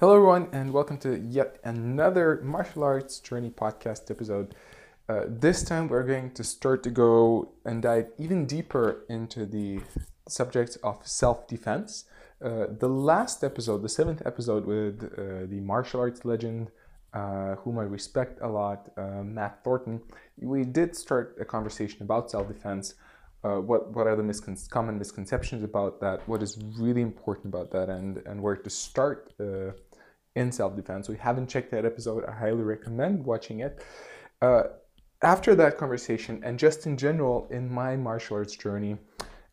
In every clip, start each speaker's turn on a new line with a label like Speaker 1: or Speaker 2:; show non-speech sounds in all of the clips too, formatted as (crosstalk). Speaker 1: Hello, everyone, and welcome to yet another martial arts journey podcast episode. Uh, this time, we're going to start to go and dive even deeper into the subject of self defense. Uh, the last episode, the seventh episode, with uh, the martial arts legend uh, whom I respect a lot, uh, Matt Thornton, we did start a conversation about self defense. Uh, what what are the miscon- common misconceptions about that? What is really important about that, and and where to start uh, in self defense? We haven't checked that episode. I highly recommend watching it. Uh, after that conversation, and just in general in my martial arts journey,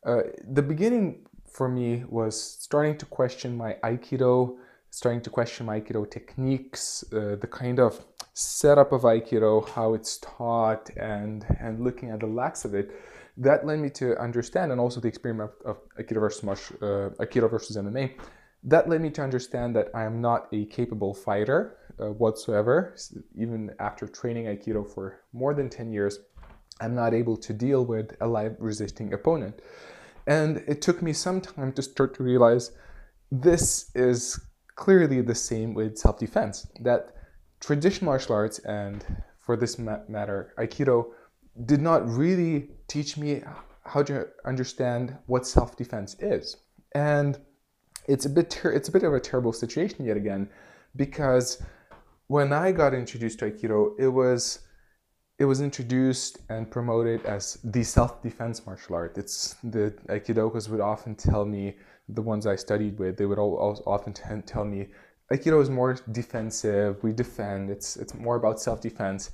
Speaker 1: uh, the beginning for me was starting to question my Aikido, starting to question my Aikido techniques, uh, the kind of setup of Aikido, how it's taught, and and looking at the lacks of it. That led me to understand, and also the experiment of Aikido versus martial, uh, Aikido versus MMA. That led me to understand that I am not a capable fighter uh, whatsoever. S- Even after training Aikido for more than 10 years, I'm not able to deal with a live resisting opponent. And it took me some time to start to realize this is clearly the same with self defense. That traditional martial arts, and for this ma- matter, Aikido, did not really teach me how to understand what self defense is. And it's a bit ter- it's a bit of a terrible situation yet again because when I got introduced to Aikido, it was it was introduced and promoted as the self-defense martial art. It's the Aikidokas would often tell me the ones I studied with. They would al- al- often t- tell me Aikido is more defensive. We defend. It's it's more about self-defense.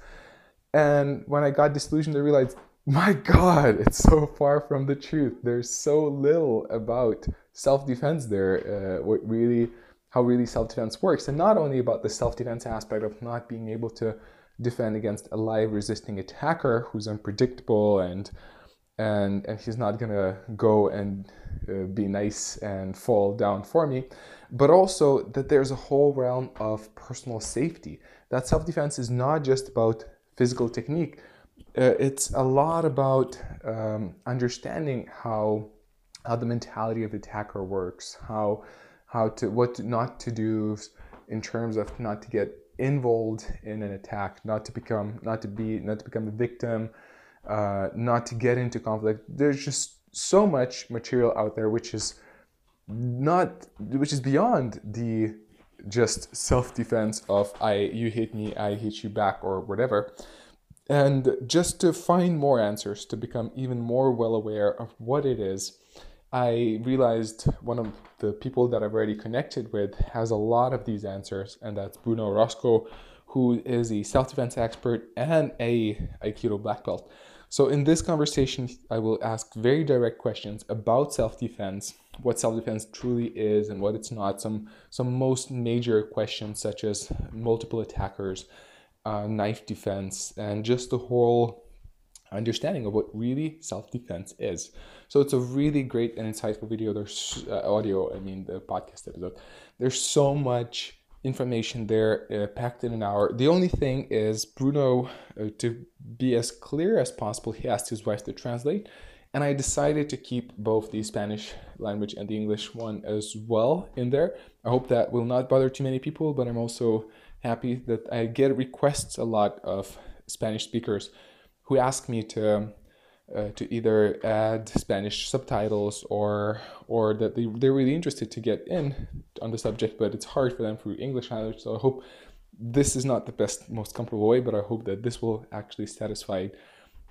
Speaker 1: And when I got disillusioned, I realized, my God, it's so far from the truth. There's so little about self-defense there. Uh, what really, how really self-defense works, and not only about the self-defense aspect of not being able to defend against a live resisting attacker who's unpredictable and and and he's not gonna go and uh, be nice and fall down for me, but also that there's a whole realm of personal safety. That self defense is not just about physical technique. Uh, it's a lot about um, understanding how how the mentality of the attacker works, how how to what to- not to do in terms of not to get involved in an attack, not to become not to be not to become a victim, uh, not to get into conflict. There's just so much material out there which is not which is beyond the just self-defense of I you hit me, I hit you back or whatever. And just to find more answers, to become even more well aware of what it is, I realized one of the people that I've already connected with has a lot of these answers, and that's Bruno Roscoe, who is a self defense expert and a Aikido black belt. So, in this conversation, I will ask very direct questions about self defense, what self defense truly is and what it's not, some, some most major questions such as multiple attackers, uh, knife defense, and just the whole understanding of what really self-defense is. So it's a really great and insightful video. There's uh, audio, I mean the podcast episode. There's so much information there uh, packed in an hour. The only thing is Bruno, uh, to be as clear as possible, he asked his wife to translate. And I decided to keep both the Spanish language and the English one as well in there. I hope that will not bother too many people, but I'm also happy that I get requests a lot of Spanish speakers who ask me to uh, to either add Spanish subtitles or or that they, they're really interested to get in on the subject, but it's hard for them through English language. So I hope this is not the best, most comfortable way, but I hope that this will actually satisfy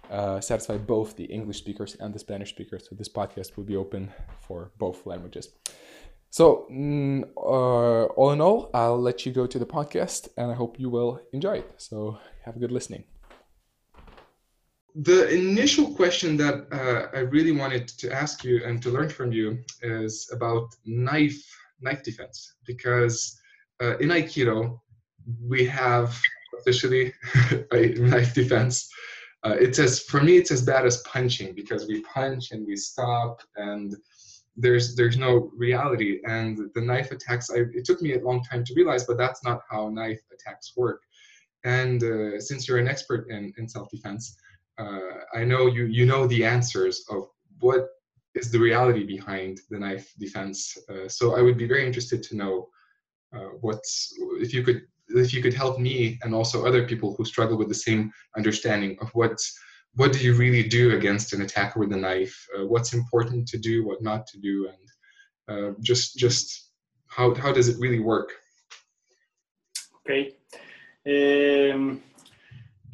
Speaker 1: uh, satisfy both the English speakers and the Spanish speakers. So this podcast will be open for both languages. So mm, uh, all in all, I'll let you go to the podcast, and I hope you will enjoy it. So have a good listening the initial question that uh, I really wanted to ask you and to learn from you is about knife knife defense because uh, in Aikido we have officially (laughs) a knife defense. Uh, it's as for me it's as bad as punching because we punch and we stop and there's there's no reality and the knife attacks. I, it took me a long time to realize, but that's not how knife attacks work. And uh, since you're an expert in, in self defense uh, I know you you know the answers of what is the reality behind the knife defense. Uh, so I would be very interested to know what's if you could if you could help me and also other people who struggle with the same understanding of what's what do you really do against an attacker with a knife uh, what's important to do what not to do and uh, just just how, how does it really work
Speaker 2: ok eh,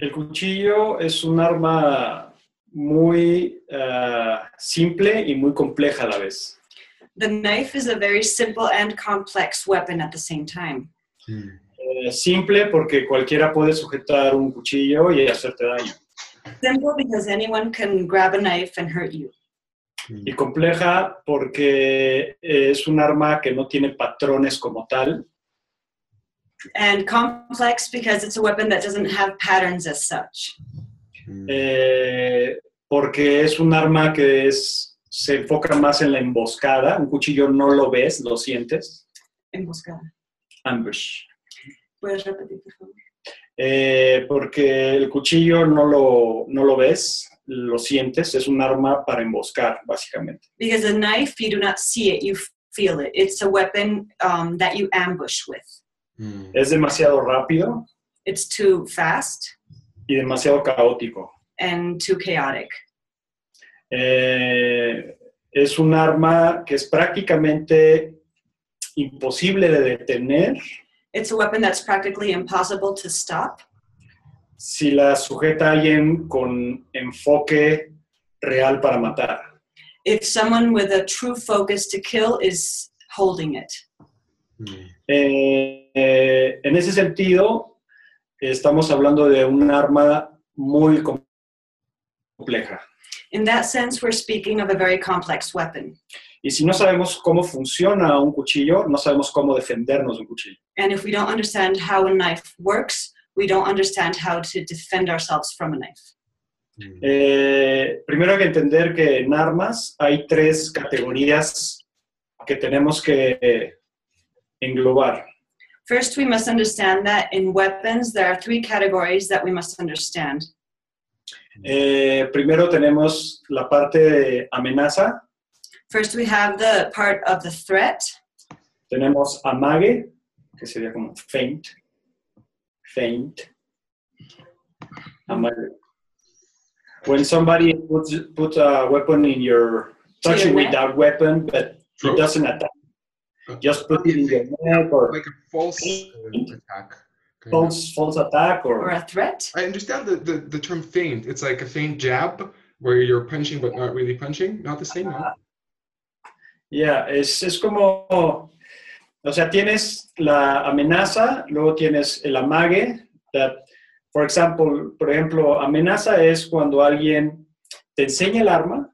Speaker 2: el cuchillo es un arma muy uh, simple y muy compleja a la vez
Speaker 3: The knife is a very simple and complex weapon at the same time.
Speaker 2: Eh, simple porque cualquiera puede sujetar un cuchillo y hacerte daño
Speaker 3: Simple because anyone can grab a knife and hurt you.
Speaker 2: y compleja porque es un arma que no tiene patrones como tal
Speaker 3: And complex because it's a weapon that doesn't have patterns as such.
Speaker 2: hmm, eh, porque es un arma que es, se enfoca más en la emboscada. Un cuchillo no lo ves, lo sientes.
Speaker 3: Emboscada.
Speaker 2: Ambush.
Speaker 3: Puedes repetir, por favor.
Speaker 2: Eh, porque el cuchillo no lo, no lo ves, lo sientes. Es un arma para emboscar, básicamente.
Speaker 3: Because a knife, you do not see it, you f- feel it. It's a weapon um, that you ambush with.
Speaker 2: Es demasiado rápido
Speaker 3: It's too fast
Speaker 2: y demasiado caótico.
Speaker 3: and too chaotic.
Speaker 2: Eh, es un arma que es prácticamente imposible de detener
Speaker 3: It's a weapon that's practically impossible to stop
Speaker 2: si la sujeta alguien con enfoque real para matar.
Speaker 3: if someone with a true focus to kill is holding it.
Speaker 2: Eh, eh, en ese sentido, estamos hablando de un arma muy com- compleja.
Speaker 3: In that sense, we're speaking of a very complex weapon.
Speaker 2: Y si no sabemos cómo funciona un cuchillo, no sabemos cómo defendernos de un cuchillo.
Speaker 3: And if we don't understand how a knife works, we don't understand how to defend ourselves from a knife.
Speaker 2: Eh, primero hay que entender que en armas hay tres categorías que tenemos que eh, englobar.
Speaker 3: First, we must understand that in weapons, there are three categories that we must understand.
Speaker 2: Eh, primero tenemos la parte de amenaza,
Speaker 3: First, we have the part of the threat,
Speaker 2: tenemos amague, que sería como feint, feint, amague. When somebody puts, puts a weapon in your, touch you with that weapon, but it doesn't attack, just put it in your neck or
Speaker 1: like a false uh, attack kind of.
Speaker 2: false, false attack
Speaker 3: or
Speaker 2: or
Speaker 3: a threat.
Speaker 1: i understand the, the the term feint it's like a feint jab where you're punching but not really punching not the same no?
Speaker 2: Ya, es, es como, o sea, tienes la amenaza, luego tienes el amague. That, for example, por ejemplo, amenaza es cuando alguien te enseña el arma,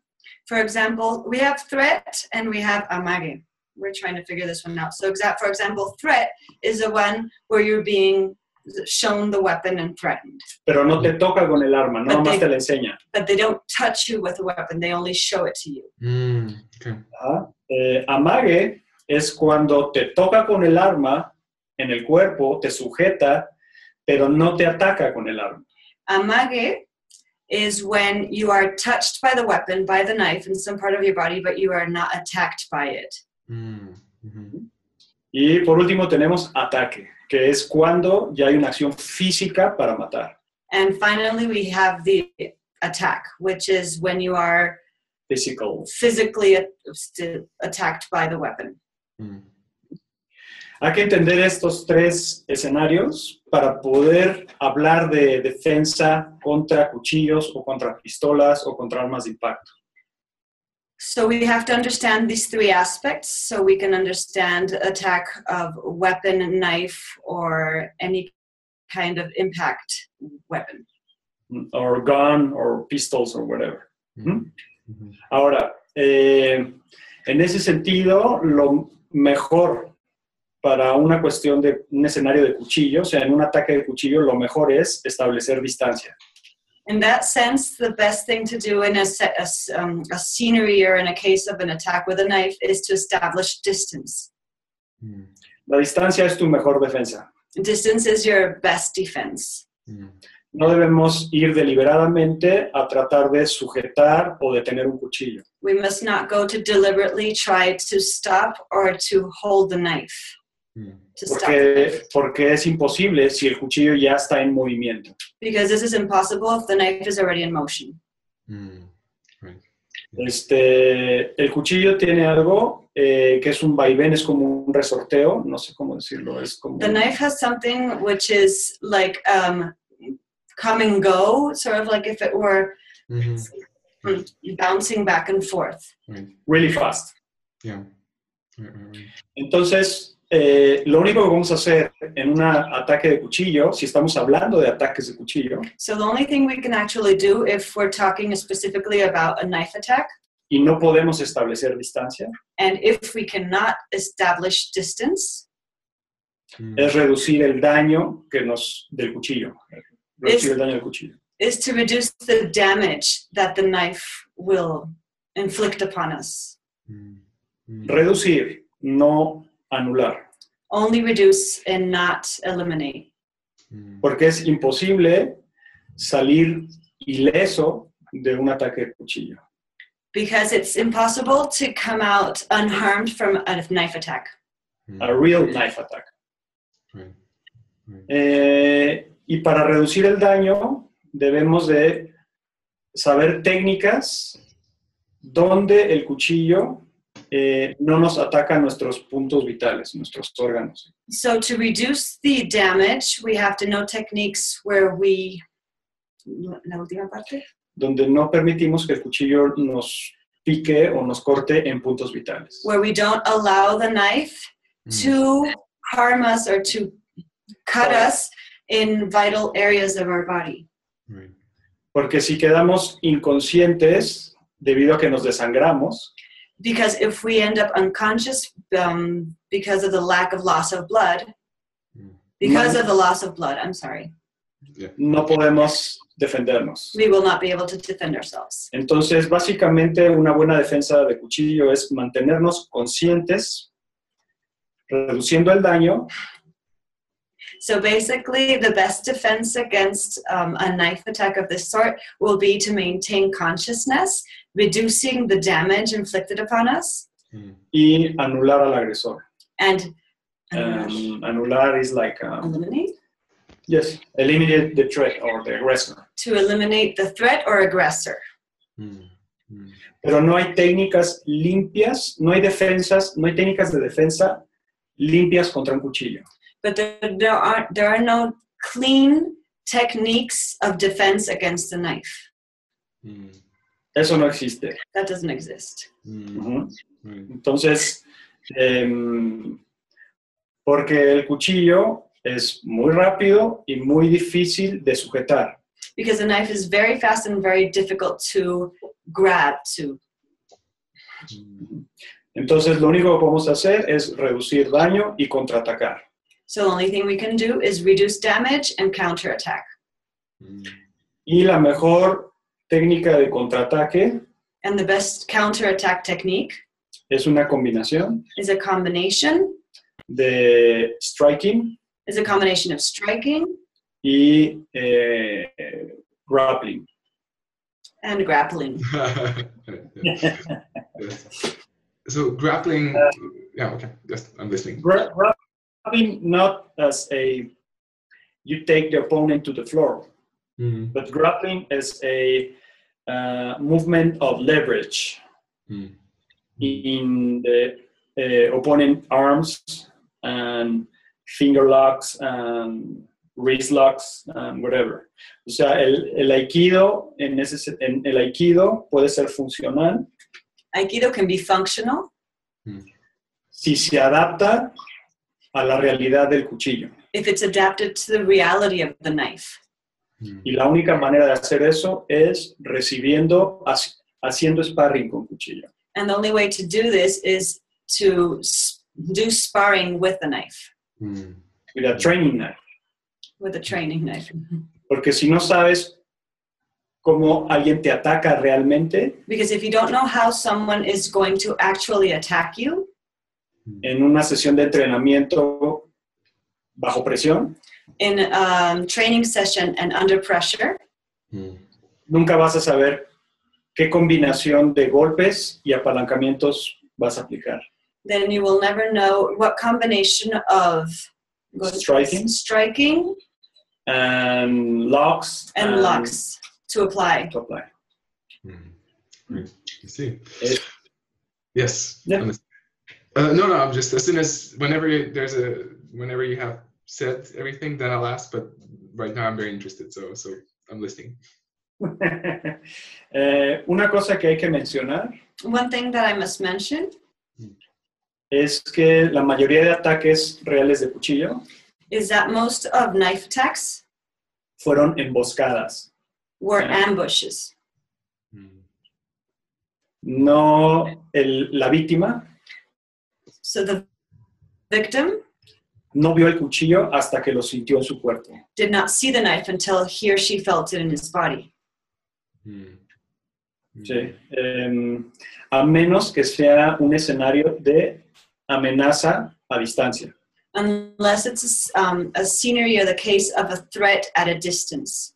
Speaker 3: For example, we have threat and we have amage. We're trying to figure this one out. So, exa- for example, threat is the one where you're being shown the weapon and threatened,
Speaker 2: pero no te toca con el arma, no
Speaker 3: But
Speaker 2: nomás
Speaker 3: they-
Speaker 2: te la enseña.
Speaker 3: but they don't touch you with a weapon, they only show it to you.
Speaker 1: Mm, okay
Speaker 2: Ajá. Eh, amague es cuando te toca con el arma en el cuerpo, te sujeta, pero no te ataca con el arma.
Speaker 3: Amage is when you are touched by the weapon, by the knife in some part of your body, but you are not attacked by it.
Speaker 1: mm, mhm.
Speaker 2: Y por último tenemos ataque, que es cuando ya hay una acción física para matar,
Speaker 3: And finally, we have the attack, which is when you are
Speaker 2: physical.
Speaker 3: physically a- st- attacked by the weapon.
Speaker 1: Mm.
Speaker 2: Hay que entender estos tres escenarios para poder hablar de defensa contra cuchillos o contra pistolas o contra armas de impacto.
Speaker 3: So we have to understand these three aspects so we can understand attack of weapon, knife, or any kind of impact weapon.
Speaker 2: Or gun, or pistols, or whatever.
Speaker 1: Mhm. Mhm.
Speaker 2: Ahora, eh, en ese sentido, lo mejor para una cuestión de un escenario de cuchillo, o sea, en un ataque de cuchillo, lo mejor es establecer distancia.
Speaker 3: In that sense, the best thing to do in a, se- a s- um, a scenery or in a case of an attack with a knife is to establish distance.
Speaker 1: Mm,
Speaker 2: La distancia es tu mejor defensa.
Speaker 3: Distance is your best defense.
Speaker 1: mm,
Speaker 2: No debemos ir deliberadamente a tratar de sujetar o detener un cuchillo.
Speaker 3: We must not go to deliberately try to stop or to hold the knife. to stop
Speaker 2: Porque, porque es imposible si el cuchillo ya está en movimiento.
Speaker 3: because this is impossible if the knife is already in motion.
Speaker 1: Mm.
Speaker 2: Este, el cuchillo tiene algo eh, que es un vaivén, es como un resorteo, no sé cómo decirlo, es como...
Speaker 3: The knife has something which is like um, come and go, sort of like if it were hmm,
Speaker 1: Mhm.
Speaker 3: bouncing back and forth.
Speaker 1: Right.
Speaker 2: Really fast.
Speaker 1: Yeah. Right, right, right.
Speaker 2: Entonces, eh, lo único que vamos a hacer en un ataque de cuchillo, si estamos hablando de ataques de cuchillo,
Speaker 3: So the only thing we can actually do if we're talking specifically about a knife attack,
Speaker 2: y no podemos establecer distancia,
Speaker 3: and if we cannot establish distance,
Speaker 1: Mm.
Speaker 2: es reducir el daño que nos, del cuchillo. Reducir el daño del cuchillo.
Speaker 3: is to reduce the damage that the knife will inflict upon us.
Speaker 1: Mm. Mm.
Speaker 2: Reducir, no anular.
Speaker 3: Only reduce and not eliminate.
Speaker 1: Mm.
Speaker 2: Porque es imposible salir ileso de un ataque de cuchillo.
Speaker 3: Because it's impossible to come out unharmed from a knife attack.
Speaker 1: Mm.
Speaker 2: A real knife attack.
Speaker 1: Right. Right.
Speaker 2: Eh, y para reducir el daño debemos de saber técnicas donde el cuchillo eh, no nos ataca nuestros puntos vitales, nuestros órganos.
Speaker 3: So to reduce the damage, we have to know techniques where we. La última parte.
Speaker 2: Donde no permitimos que el cuchillo nos pique o nos corte en puntos vitales.
Speaker 3: Where we don't allow the knife
Speaker 1: Mm.
Speaker 3: to harm us or to cut us in vital areas of our body.
Speaker 1: Right.
Speaker 2: Porque si quedamos inconscientes debido a que nos desangramos,
Speaker 3: Because if we end up unconscious um, because of the lack of loss of blood,
Speaker 1: Mm.
Speaker 3: because of the loss of blood, I'm sorry,
Speaker 1: Yeah.
Speaker 2: no podemos defendernos.
Speaker 3: we will not be able to defend ourselves.
Speaker 2: Entonces, básicamente, una buena defensa de cuchillo es mantenernos conscientes, reduciendo el daño
Speaker 3: So basically, the best defense against um, a knife attack of this sort will be to maintain consciousness, reducing the damage inflicted upon us,
Speaker 1: Mm.
Speaker 2: y anular al agresor.
Speaker 3: and
Speaker 2: Um, anular is like, um,
Speaker 3: eliminate
Speaker 2: yes, eliminate the threat or the aggressor.
Speaker 3: to eliminate the threat or aggressor.
Speaker 1: Mm. Mm.
Speaker 2: Pero no hay técnicas limpias, no hay defensas, no hay técnicas de defensa limpias contra un cuchillo.
Speaker 3: but there, there aren't there are no clean techniques of defense against the knife
Speaker 1: Mm.
Speaker 2: Eso no existe.
Speaker 3: that doesn't exist
Speaker 1: Mm.
Speaker 2: Ujú.
Speaker 1: Right.
Speaker 2: Entonces, em, porque el cuchillo es muy rápido y muy difícil de sujetar.
Speaker 3: because the knife is very fast and very difficult to grab to
Speaker 1: (laughs) Mm.
Speaker 2: Entonces, lo único que podemos hacer es reducir daño y contraatacar.
Speaker 3: so the only thing we can do is reduce damage and counterattack
Speaker 1: Mm.
Speaker 2: Y la mejor técnica de contraataque
Speaker 3: and the best counterattack technique
Speaker 2: es una combinación
Speaker 3: is a combination
Speaker 2: de striking
Speaker 3: is a combination of striking
Speaker 2: y eh, eh, grappling.
Speaker 3: and grappling
Speaker 1: Yes. Yes. So grappling. Yeah. Okay. Yes, I'm listening.
Speaker 2: Gra- grappling not as a you take the opponent to the floor,
Speaker 1: Mm.
Speaker 2: but grappling is a uh, movement of leverage
Speaker 1: Mm.
Speaker 2: in the uh, opponent arms and finger locks and wrist locks and whatever. O sea, el, el aikido en ese se- en el aikido puede ser funcional
Speaker 3: aikido can be functional
Speaker 2: si se adapta a la realidad del cuchillo.
Speaker 3: if it's adapted to the reality of the knife
Speaker 1: Mm.
Speaker 2: Y la única manera de hacer eso es recibiendo, haci- haciendo sparring con cuchillo.
Speaker 3: And the only way to do this is to s- do sparring with the knife,
Speaker 1: Mm.
Speaker 2: With a training knife.
Speaker 3: with a training knife.
Speaker 2: Porque si no sabes cómo alguien te ataca realmente,
Speaker 3: Because if you don't know how someone is going to actually attack you,
Speaker 2: en una sesión de entrenamiento bajo presión,
Speaker 3: in a um, training session and under pressure,
Speaker 1: Mm.
Speaker 2: nunca vas a saber qué combinación de golpes y apalancamientos vas a aplicar.
Speaker 3: then you will never know what combination of
Speaker 2: Striking.
Speaker 3: striking
Speaker 2: and locks
Speaker 3: and locks to apply.
Speaker 2: to apply.
Speaker 1: Mm. Right. I see.
Speaker 2: It-
Speaker 1: Yes.
Speaker 2: Yeah.
Speaker 1: understand. Uh, no, no. I'm just as soon as whenever you- there's a whenever you have said everything, then I'll ask. But right now, I'm very interested, so so I'm listening.
Speaker 2: (laughs) Eh, una cosa que hay que mencionar
Speaker 3: One thing that I must mention
Speaker 2: es que la mayoría de ataques reales de cuchillo
Speaker 3: is that most of knife attacks
Speaker 2: fueron emboscadas.
Speaker 3: were
Speaker 2: Yeah.
Speaker 3: ambushes.
Speaker 2: No, el- la víctima
Speaker 3: So the victim
Speaker 2: no vio el cuchillo hasta que lo sintió en su cuerpo.
Speaker 3: did not see the knife until he or she felt it in his body,
Speaker 1: Mm. Mm.
Speaker 2: Sí. Eh, a menos que sea un escenario de amenaza a distancia.
Speaker 3: unless it's a, s- um, a scenery or the case of a threat at a distance,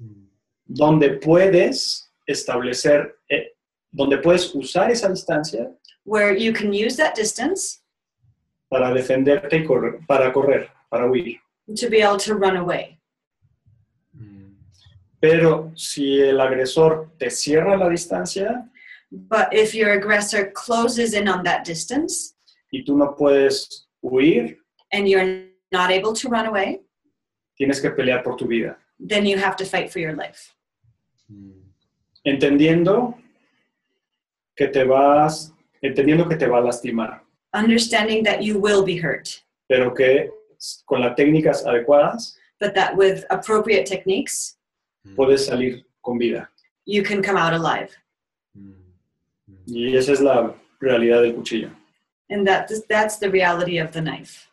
Speaker 1: Mm.
Speaker 2: donde puedes establecer, eh, donde puedes usar esa distancia
Speaker 3: where you can use that distance
Speaker 2: para defenderte y correr, para correr, para huir.
Speaker 3: to be able to run away.
Speaker 1: Mm.
Speaker 2: Pero si el agresor te cierra la distancia
Speaker 3: But if your aggressor closes in on that distance
Speaker 2: y tú no puedes huir,
Speaker 3: and you're not able to run away,
Speaker 2: tienes que pelear por tu vida.
Speaker 3: then you have to fight for your life.
Speaker 1: Mm.
Speaker 2: Entendiendo que te vas, entendiendo que te va a lastimar,
Speaker 3: Understanding that you will be hurt,
Speaker 2: pero que con las técnicas adecuadas
Speaker 3: but that with appropriate techniques,
Speaker 2: puedes salir con vida.
Speaker 3: you can come out alive.
Speaker 1: Mm. Mm.
Speaker 2: Y esa es la realidad del cuchillo.
Speaker 3: And that, that's the reality of the knife.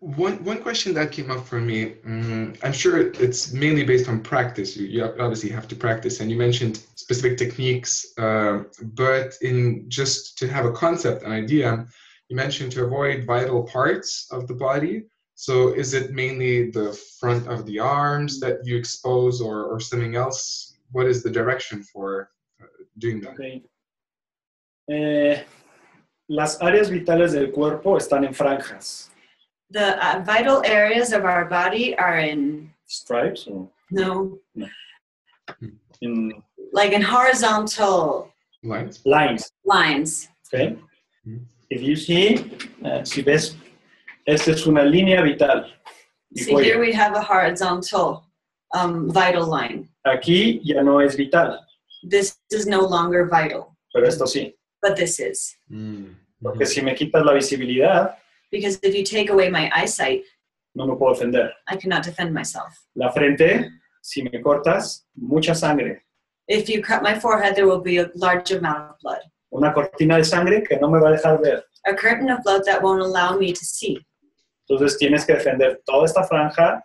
Speaker 1: One one question that came up for me, mm, I'm sure it's mainly based on practice. You, you obviously have to practice, and you mentioned specific techniques. um, but in just to have a concept, an idea, you mentioned to avoid vital parts of the body. So is it mainly the front of the arms that you expose, or or something else? What is the direction for uh, doing that?
Speaker 2: Ok. Eh, las áreas vitales del cuerpo están en franjas,
Speaker 3: The uh, vital areas of our body are in,
Speaker 2: stripes, o
Speaker 3: no,
Speaker 2: en
Speaker 3: like in horizontal
Speaker 1: Lines.
Speaker 2: lines.
Speaker 3: lines.
Speaker 2: ok. If you see, eh, si ves, esta es una línea vital. Y
Speaker 3: See,
Speaker 2: voy-
Speaker 3: here we have a horizontal um, vital line.
Speaker 2: aquí ya no es vital,
Speaker 3: This is no longer vital,
Speaker 2: pero esto sí.
Speaker 3: but this is.
Speaker 1: Mm.
Speaker 2: Porque si me quitas la visibilidad,
Speaker 3: Because if you take away my eyesight,
Speaker 2: no me puedo defender.
Speaker 3: I cannot defend myself.
Speaker 2: La frente, si me cortas, mucha sangre.
Speaker 3: If you cut my forehead, there will be a large amount of blood.
Speaker 2: Una cortina de sangre que no me va a dejar ver.
Speaker 3: A curtain of blood that won't allow me to see.
Speaker 2: Entonces tienes que defender toda esta franja,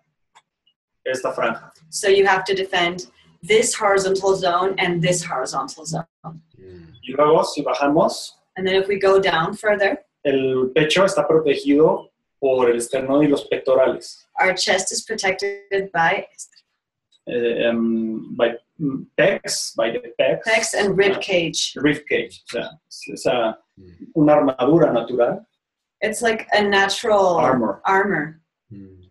Speaker 2: esta franja.
Speaker 3: So you have to defend this horizontal zone and this horizontal zone.
Speaker 1: Mm.
Speaker 2: Y luego, si bajamos,
Speaker 3: And then if we go down further,
Speaker 2: el pecho está protegido por el esternón y los pectorales.
Speaker 3: our chest is protected by
Speaker 2: Eh, em, by mm, pecs, by the pecs.
Speaker 3: pecs and rib cage.
Speaker 2: Rib cage, o sea, es esa-
Speaker 1: Mm.
Speaker 2: una armadura natural
Speaker 3: It's like a natural
Speaker 2: Armor.
Speaker 3: armor.
Speaker 1: Mm.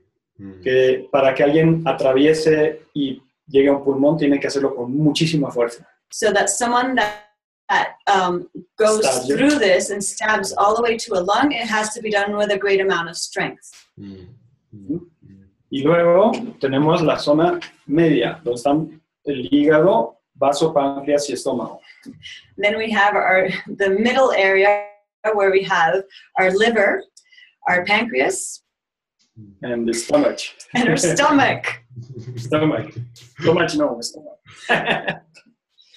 Speaker 2: Mm-hmm.
Speaker 1: Mm.
Speaker 2: que para que alguien atraviese y llegue a un pulmón tiene que hacerlo con muchísima fuerza.
Speaker 3: So that someone that, that um, goes
Speaker 2: Stabs you.
Speaker 3: through this and stabs all the way to a lung, it has to be done with a great amount of strength.
Speaker 1: Mm. Mm. Mm.
Speaker 2: Y luego tenemos la zona media, donde están el hígado, vaso, páncreas y estómago.
Speaker 3: Then we have our the middle area where we have our liver, our pancreas,
Speaker 2: And the stomach.
Speaker 3: and
Speaker 2: (laughs)
Speaker 3: our stomach.
Speaker 2: Stomach. Stomach no, stomach. (laughs)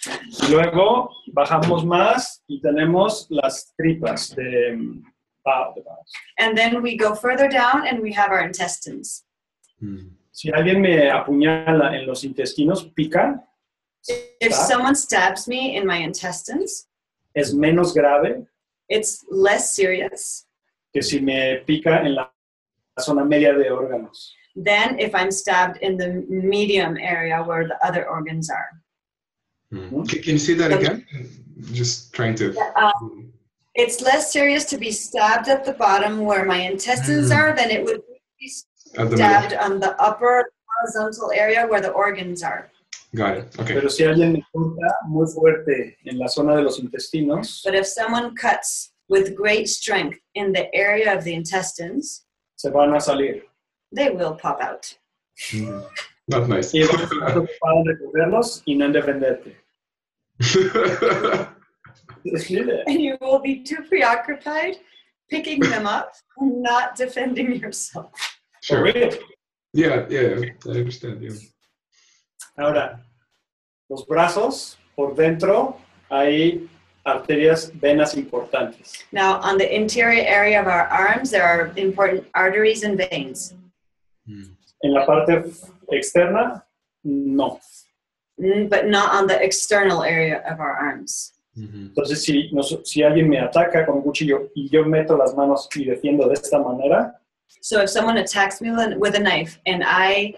Speaker 2: Y Luego bajamos más y tenemos las tripas de mm, pa- de pa-
Speaker 3: And then we go further down and we have our intestines.
Speaker 1: Mm.
Speaker 2: Si alguien me apuñala en los intestinos, pica,
Speaker 3: If
Speaker 2: Stab.
Speaker 3: someone stabs me in my intestines,
Speaker 2: es menos grave
Speaker 3: it's less serious
Speaker 2: que si me pica en la zona media de órganos.
Speaker 3: than if I'm stabbed in the medium area where the other organs are.
Speaker 1: Mm. Hmm. Can, can you say that
Speaker 3: Okay.
Speaker 1: again? Just trying to.
Speaker 3: Uh, It's less serious to be stabbed at the bottom where my intestines
Speaker 1: Mm.
Speaker 3: are than it would be
Speaker 1: At the
Speaker 3: stabbed on the upper horizontal area where the organs are.
Speaker 1: Got it. Okay.
Speaker 2: Pero si alguien me corta muy fuerte en la zona de los intestinos,
Speaker 3: But if someone cuts with great strength in the area of the intestines,
Speaker 2: se van a salir.
Speaker 3: they will pop out. (laughs)
Speaker 1: Mm. Not nice. (laughs)
Speaker 2: Y vas a estar ocupado en recogerlos y no en defenderte. Sí, de-
Speaker 3: And you will be too preoccupied picking them up and not defending yourself.
Speaker 1: sure.
Speaker 2: horrible.
Speaker 1: Yeah, yeah, I understand. Yeah.
Speaker 2: Ahora, los brazos, por dentro hay arterias, venas importantes.
Speaker 3: Now, on the interior area of our arms, there are important arteries and veins.
Speaker 2: En la parte externa, no.
Speaker 3: Mm, but not on the external area of our arms.
Speaker 1: Mhm.
Speaker 2: Entonces, si, nos- si alguien me ataca con un cuchillo y yo meto las manos y defiendo de esta manera,
Speaker 3: So if someone attacks me with- with a knife and I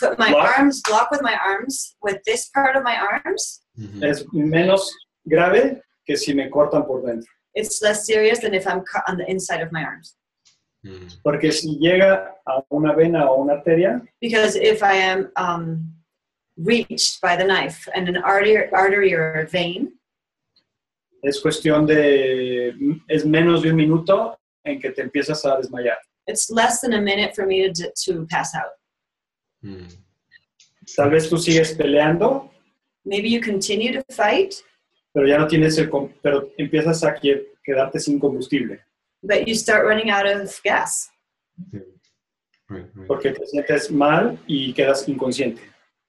Speaker 3: put my
Speaker 2: Block?
Speaker 3: arms, block with my arms, with this part of my arms,
Speaker 1: Mhm.
Speaker 2: es menos grave que si me cortan por dentro.
Speaker 3: it's less serious than if I'm cut on the inside of my arms.
Speaker 1: Mhm.
Speaker 2: Porque si llega a una vena o una arteria,
Speaker 3: Because if I am um, reached by the knife and an artery, artery or a vein,
Speaker 2: es cuestión de, es menos de un minuto en que te empiezas a desmayar.
Speaker 3: it's less than a minute for me to, to pass out.
Speaker 1: Mhm.
Speaker 2: Tal vez tú sigues peleando,
Speaker 3: Maybe you continue to fight,
Speaker 2: pero ya no tienes el, com- pero empiezas a que- quedarte sin combustible,
Speaker 3: but you start running out of gas
Speaker 1: Right, right.
Speaker 2: porque te sientes mal y quedas inconsciente.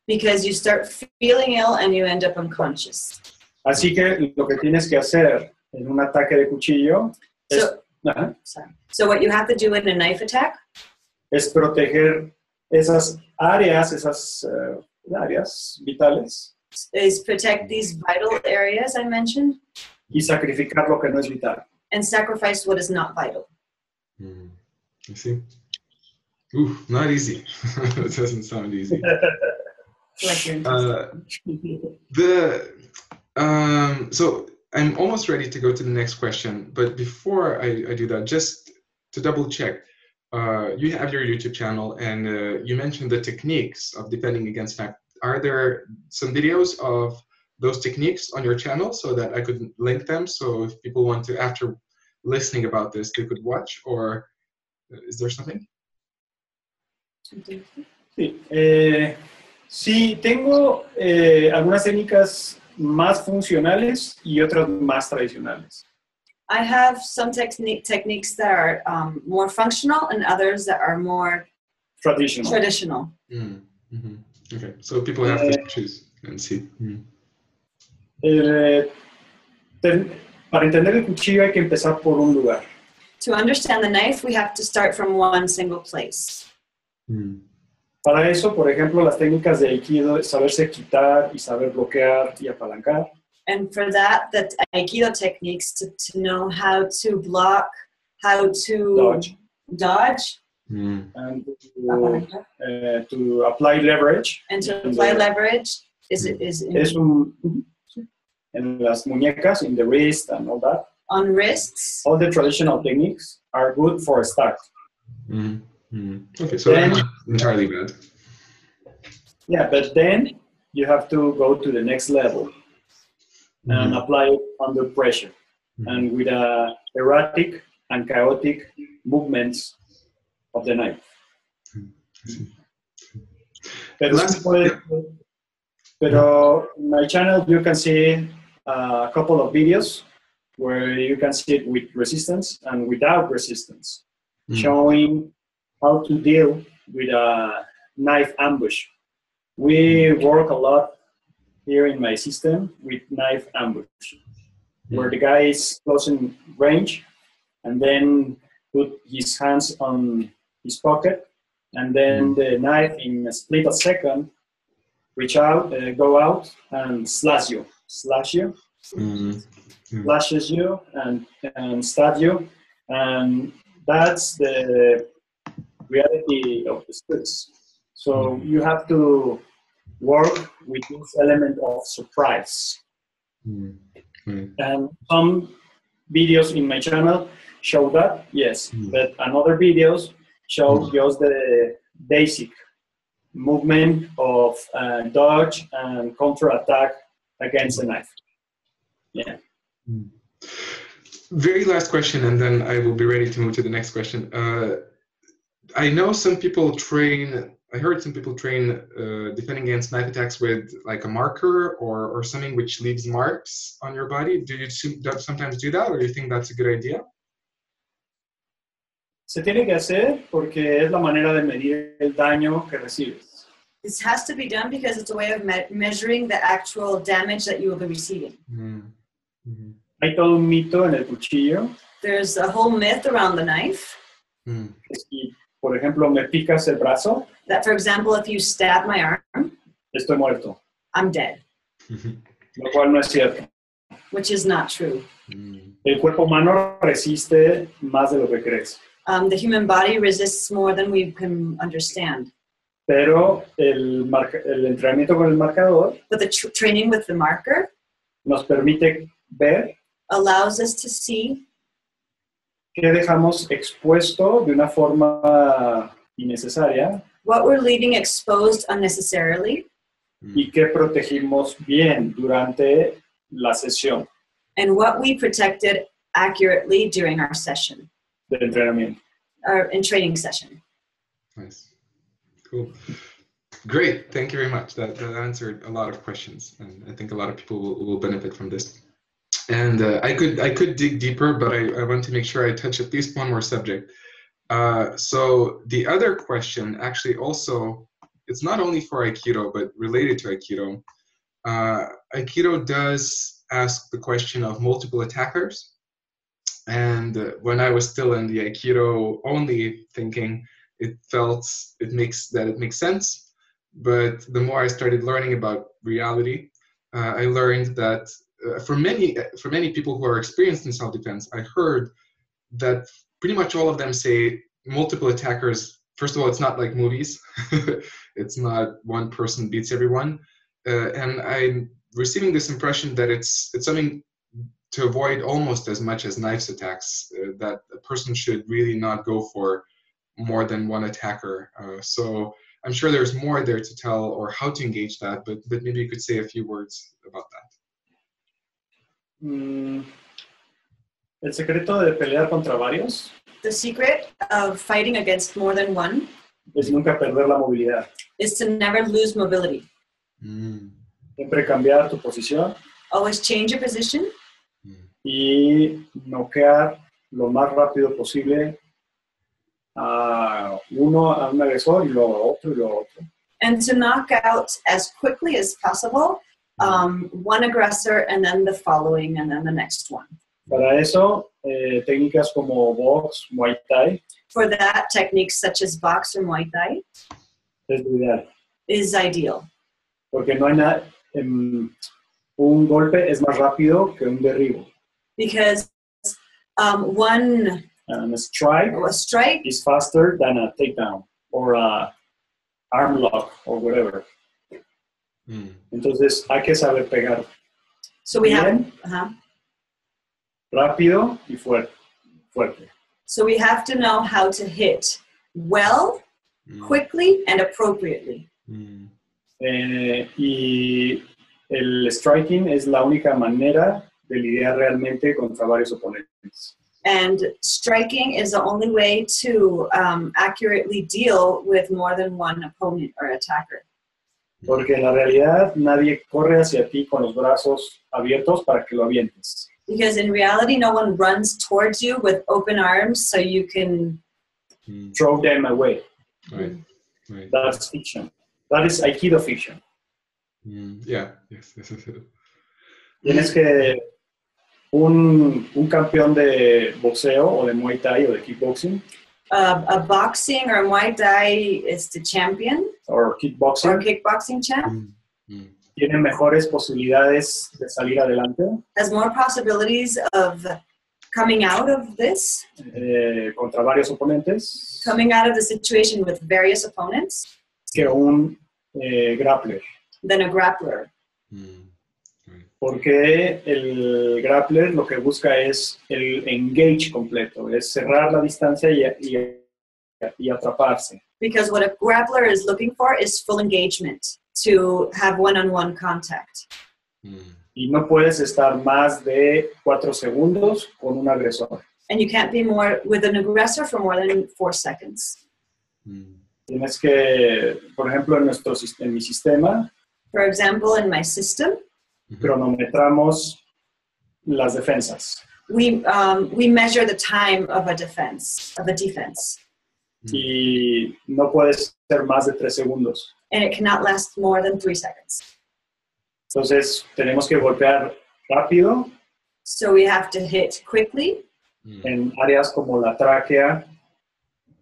Speaker 3: because you start feeling ill and you end up unconscious.
Speaker 2: Así que lo que tienes que hacer en un ataque de cuchillo es,
Speaker 3: So,
Speaker 2: ajá,
Speaker 3: sorry. so what you have to do in a knife attack
Speaker 2: es proteger esas áreas, esas eh, áreas vitales
Speaker 3: is protect these vital areas I mentioned
Speaker 2: y sacrificar lo que no es vital.
Speaker 3: and sacrifice what is not vital.
Speaker 1: Mhm. You see? Ooh, not easy. (laughs) it doesn't sound easy.
Speaker 3: Like your intestines.
Speaker 1: Uh, the um, so I'm almost ready to go to the next question, but before I, I do that, just to double check, uh, you have your YouTube channel, and uh, you mentioned the techniques of defending against fact. Are there some videos of those techniques on your channel so that I could link them? So if people want to, after listening about this, they could watch, or uh, is there something?
Speaker 2: Sí, eh, sí, tengo eh, algunas técnicas más funcionales y otras más tradicionales.
Speaker 3: I have some technique, techniques that are um, more functional and others that are more
Speaker 2: Traditional.
Speaker 3: traditional.
Speaker 1: Mm, mhm. Okay, so people have to choose and see. Mm.
Speaker 2: El, Eh, ten- para entender el cuchillo hay que empezar por un lugar.
Speaker 3: To understand the knife, we have to start from one single place.
Speaker 1: Mm.
Speaker 2: Para eso, por ejemplo, las técnicas de Aikido, saberse quitar y saber bloquear y apalancar,
Speaker 3: And for that, the Aikido techniques to, to know how to block, how to
Speaker 2: dodge,
Speaker 3: dodge,
Speaker 1: Mm.
Speaker 2: and to, eh, to apply leverage.
Speaker 3: and to apply
Speaker 2: Yeah.
Speaker 3: leverage is, is
Speaker 2: Es un en las muñecas, in the wrist and all that.
Speaker 3: on wrists.
Speaker 2: All the traditional techniques are good for a start.
Speaker 1: Mhm. Mhm. Okay, so
Speaker 2: Then-
Speaker 1: that's not entirely bad.
Speaker 2: Yeah, but then you have to go to the next level and
Speaker 1: Mhm.
Speaker 2: apply it under pressure and with uh, erratic and chaotic movements of the knife. Pero,
Speaker 1: Last-
Speaker 2: sí puede- pero in my channel you can see uh, a couple of videos where you can see it with resistance and without resistance,
Speaker 1: Mm.
Speaker 2: showing how to deal with a knife ambush. We work a lot here in my system with knife ambush, where the guy is closing range and then put his hands on his pocket and then the knife in a split a second reach out uh, go out and slash you slash you
Speaker 1: Mhm.
Speaker 2: slashes you and and stab you and that's the reality of the splits so you have to work with this element of surprise
Speaker 1: Mhm. Right.
Speaker 2: and some videos in my channel show that, yes.
Speaker 1: Mm.
Speaker 2: But another videos show
Speaker 1: Mm.
Speaker 2: just the basic movement of uh, dodge and counter attack against the knife.
Speaker 1: Very last question, and then I will be ready to move to the next question. Uh, I know some people train. I heard some people train uh, defending against knife attacks with like a marker or, or something which leaves marks on your body. Do you som- do- sometimes do that, or do you think that's a good idea?
Speaker 2: Se tiene que hacer porque es la manera de medir el daño que recibes.
Speaker 3: This has to be done because it's a way of me- measuring the actual damage that you will be receiving.
Speaker 1: Mm.
Speaker 2: Hay todo un mito en el cuchillo.
Speaker 3: There's a whole myth around the knife
Speaker 1: Mm.
Speaker 2: que Si, por ejemplo, me picas el brazo,
Speaker 3: that, for example, if you stab my arm,
Speaker 2: estoy muerto,
Speaker 3: I'm dead,
Speaker 1: Mm-hmm.
Speaker 2: lo cual no es cierto.
Speaker 3: which is not true.
Speaker 1: Mm.
Speaker 2: El cuerpo humano resiste más de lo que crees,
Speaker 3: Um, the human body resists more than we can understand.
Speaker 2: pero el, marca- el entrenamiento con el marcador
Speaker 3: But the tr- training with the marker
Speaker 2: nos permite ver
Speaker 3: allows us to see
Speaker 2: qué dejamos expuesto de una forma innecesaria
Speaker 3: what we're leaving exposed unnecessarily
Speaker 2: y qué protegimos bien durante la sesión
Speaker 3: and what we protected accurately during our session
Speaker 2: del entrenamiento.
Speaker 3: or in training session.
Speaker 1: Nice. Cool. Great. Thank you very much. That, that answered a lot of questions, and I think a lot of people will, will benefit from this. And uh, I could I could dig deeper, but I, I want to make sure I touch at least one more subject. Uh, so the other question actually also it's not only for Aikido but related to Aikido. Uh, Aikido does ask the question of multiple attackers, and uh, when I was still in the Aikido only thinking, it felt it makes that it makes sense but the more i started learning about reality uh, i learned that uh, for many for many people who are experienced in self-defense i heard that pretty much all of them say multiple attackers first of all it's not like movies (laughs) it's not one person beats everyone uh, and i'm receiving this impression that it's it's something to avoid almost as much as knives attacks uh, that a person should really not go for more than one attacker. Uh, so I'm sure there's more there to tell or how to engage that, but, but maybe you could say a few words about that.
Speaker 2: Mm, El secreto de pelear contra varios
Speaker 3: The secret of fighting against more than one
Speaker 2: es nunca perder la movilidad,
Speaker 3: is to never lose mobility.
Speaker 1: Mm,
Speaker 2: siempre cambiar tu posición
Speaker 3: Always change your position
Speaker 2: y noquear lo más rápido posible a uno, a un agresor y luego a otro y luego a otro.
Speaker 3: and to knock out as quickly as possible um, one aggressor and then the following and then the next one.
Speaker 2: Para eso, eh, técnicas como box, muay thai,
Speaker 3: For that, techniques such as box or muay thai
Speaker 2: es lo ideal,
Speaker 3: is ideal
Speaker 2: porque no hay nada, em, un golpe es más rápido que un derribo.
Speaker 3: because um, one
Speaker 2: And a strike
Speaker 3: a strike
Speaker 2: is faster than a takedown or a arm lock or whatever.
Speaker 1: mm,
Speaker 2: Entonces, hay que saber pegar
Speaker 3: so we have
Speaker 2: bien,
Speaker 3: uh
Speaker 2: rápido y fuerte. fuerte.
Speaker 3: so we have to know how to hit well
Speaker 1: mm,
Speaker 3: quickly and appropriately
Speaker 2: Eh, y el striking es la única manera de lidiar realmente contra varios oponentes.
Speaker 3: and striking is the only way to um, accurately deal with more than one opponent or attacker
Speaker 2: Porque en la realidad nadie corre hacia ti con los brazos abiertos para que lo avientes.
Speaker 3: because in reality no one runs towards you with open arms so you can
Speaker 2: Throw them away.
Speaker 1: mm. Right, right.
Speaker 2: Mm. That's fiction. That is Aikido fiction.
Speaker 1: Mm. Yeah, yes, yes, yes. yes.
Speaker 2: Tienes que un, un campeón de boxeo o de Muay Thai o de kickboxing
Speaker 3: uh, a boxing or Muay Thai is the champion
Speaker 2: o
Speaker 3: or
Speaker 2: kickboxing
Speaker 3: kickboxing champ
Speaker 1: Mm. Mm.
Speaker 2: tiene mejores posibilidades de salir adelante
Speaker 3: has more possibilities of coming out of this,
Speaker 2: eh, contra varios oponentes
Speaker 3: coming out of the situation with various opponents
Speaker 2: que un eh, grappler.
Speaker 3: than a grappler.
Speaker 1: Mm. Right.
Speaker 2: porque el grappler lo que busca es el engage completo, es cerrar la distancia y, y, y atraparse.
Speaker 3: Because what a grappler is looking for is full engagement, to have one-on-one contact.
Speaker 1: Mm.
Speaker 2: Y no puedes estar más de cuatro segundos con un agresor.
Speaker 3: And you can't be more with an aggressor for more than four seconds.
Speaker 1: Mm.
Speaker 2: Tienes que, por ejemplo, en, nuestro, sis- en mi sistema,
Speaker 3: For example, in my system,
Speaker 1: Mhm.
Speaker 2: cronometramos las defensas.
Speaker 3: we um, we measure the time of a defense of a defense,
Speaker 2: Y no puedes ser más de tres segundos.
Speaker 3: and it cannot last more than three seconds.
Speaker 2: Entonces, tenemos que golpear rápido
Speaker 3: So we have to hit quickly
Speaker 1: Mm.
Speaker 2: en áreas como la tráquea,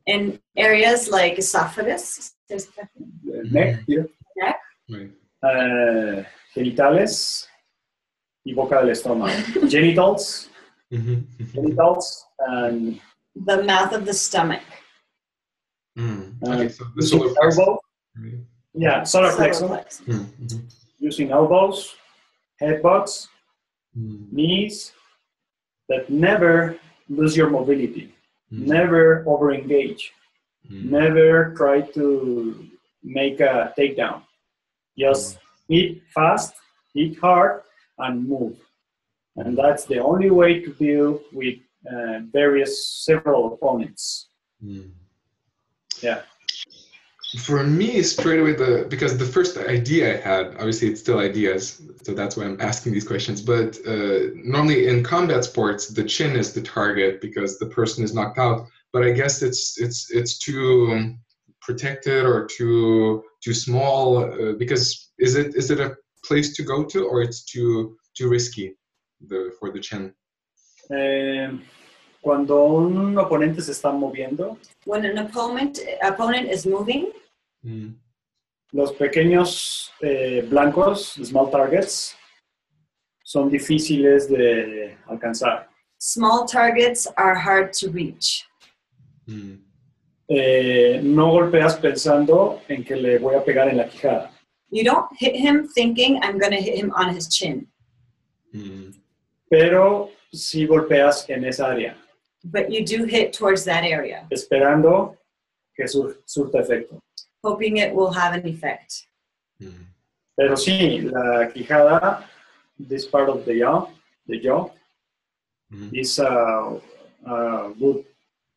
Speaker 3: in areas like esophagus, there's-
Speaker 2: el eh, neck,
Speaker 1: Right.
Speaker 2: eh, genitales y boca del estómago. Genitals,
Speaker 1: Mhm.
Speaker 2: genitals, um, and,
Speaker 3: the mouth of the stomach,
Speaker 1: Mm.
Speaker 2: uh,
Speaker 1: Okay, so the
Speaker 2: using
Speaker 1: solar plexus.
Speaker 2: elbow,
Speaker 1: right?
Speaker 2: yeah, solar
Speaker 3: solar
Speaker 2: plexus,
Speaker 3: plexus.
Speaker 1: Mm, mhm.
Speaker 2: using elbows, headbutts,
Speaker 1: Mm,
Speaker 2: knees, that never lose your mobility,
Speaker 1: mm,
Speaker 2: never over engage.
Speaker 1: mm.
Speaker 2: never try to make a takedown. Just hit fast, hit hard, and move. And that's the only way to deal with uh, various several opponents.
Speaker 1: Mm.
Speaker 2: Yeah.
Speaker 1: For me, straight away, the because the first idea I had, obviously, it's still ideas, so that's why I'm asking these questions. But uh, normally in combat sports, the chin is the target because the person is knocked out. But I guess it's it's it's too protected or too too small uh, because is it is it a place to go to or it's too too risky the for the chin?
Speaker 2: Um, cuando un oponente se está moviendo,
Speaker 3: When an opponent opponent is moving,
Speaker 1: Mm.
Speaker 2: los pequeños eh, blancos, small targets, son difíciles de alcanzar.
Speaker 3: small targets are hard to reach.
Speaker 1: Mm.
Speaker 2: Eh, no golpeas pensando en que le voy a pegar en la quijada.
Speaker 3: You don't hit him thinking I'm going to hit him on his chin,
Speaker 1: Mm.
Speaker 2: pero sí golpeas en esa área,
Speaker 3: but you do hit towards that area,
Speaker 2: esperando que sur- surta efecto.
Speaker 3: hoping it will have an effect.
Speaker 1: Mm.
Speaker 2: Pero sí, la quijada, this part of the jaw, the jaw
Speaker 1: Mm.
Speaker 2: is a, a good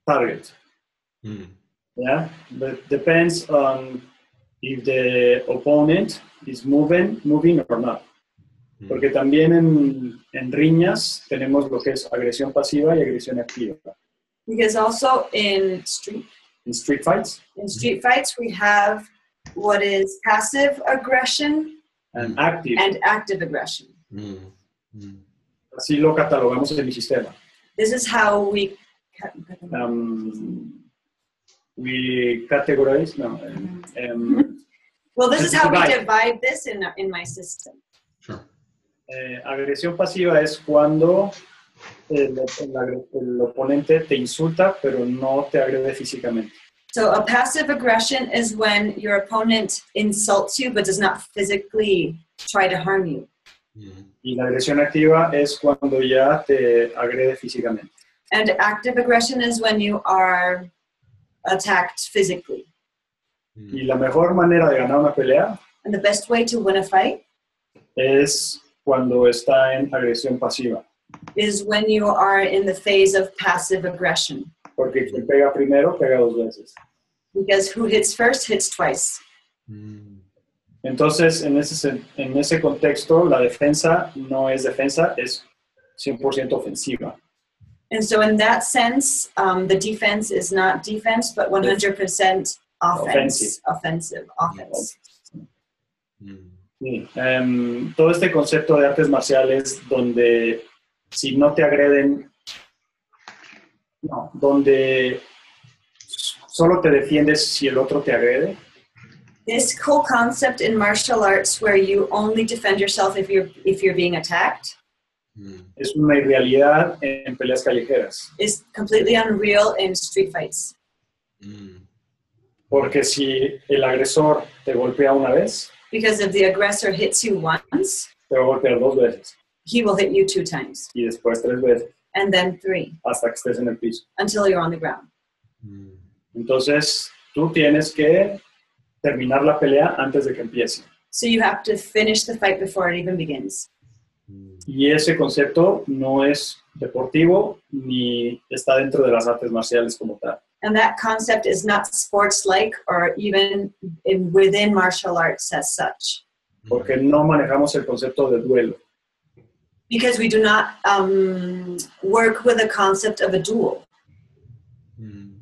Speaker 2: target.
Speaker 1: Mm.
Speaker 2: Yeah, but depends on if the opponent is moving, moving or not.
Speaker 1: Mm.
Speaker 2: Porque también en, en riñas tenemos lo que es agresión pasiva y agresión activa.
Speaker 3: Because also in street
Speaker 2: En street fights,
Speaker 3: in street fights we have what is passive aggression
Speaker 2: and active.
Speaker 3: and active aggression.
Speaker 1: Mm. Mm.
Speaker 2: Así lo catalogamos en mi sistema.
Speaker 3: This is how we ca-
Speaker 2: Um, we categorize, no. um, um,
Speaker 3: well this is how we
Speaker 2: divide.
Speaker 3: divide this in in my system.
Speaker 1: Sure.
Speaker 2: eh, agresión pasiva es cuando el, el agre- el oponente te insulta, pero no te agrede físicamente.
Speaker 3: So a passive aggression is when your opponent insults you but does not physically try to harm you.
Speaker 1: Mm.
Speaker 2: Y la agresión activa es cuando ya te agrede físicamente.
Speaker 3: And active aggression is when you are attacked physically.
Speaker 1: Mm.
Speaker 2: Y la mejor manera de ganar una pelea
Speaker 3: And the best way to win a fight
Speaker 2: es cuando está en agresión pasiva.
Speaker 3: is when you are in the phase of passive aggression.
Speaker 2: Porque quien pega primero, pega dos veces.
Speaker 3: Because who hits first hits twice.
Speaker 1: Mm.
Speaker 2: Entonces, en ese, sen- en ese contexto, la defensa no es defensa, es 100% ofensiva.
Speaker 3: And so, in that sense, um, the defense is not defense, but 100% offense.
Speaker 2: Offensive.
Speaker 3: Offensive. Offense.
Speaker 1: Mm.
Speaker 2: Sí. Em, todo este concepto de artes marciales donde si no te agreden, no, donde solo te defiendes si el otro te agrede,
Speaker 3: This whole concept in martial arts, where you only defend yourself if you're if you're being attacked,
Speaker 1: Mm.
Speaker 2: es una irrealidad en peleas callejeras.
Speaker 3: is completely unreal in street fights.
Speaker 1: Mm.
Speaker 2: Porque si el agresor te golpea una vez,
Speaker 3: Because if the aggressor hits you once,
Speaker 2: te va a golpear dos veces
Speaker 3: He will hit you two times,
Speaker 2: y después tres veces
Speaker 3: and then three
Speaker 2: hasta que estés en el piso.
Speaker 3: until you're on the ground.
Speaker 1: Mm.
Speaker 2: Entonces, tú tienes que terminar la pelea antes de que empiece.
Speaker 3: So you have to finish the fight before it even begins.
Speaker 1: Mm.
Speaker 2: Y ese concepto no es deportivo ni está dentro de las artes marciales como tal.
Speaker 3: And that concept is not sports like or even in, within martial arts as such,
Speaker 2: Porque no manejamos el concepto de duelo.
Speaker 3: because we do not um, work with the concept of a duel.
Speaker 1: Mm.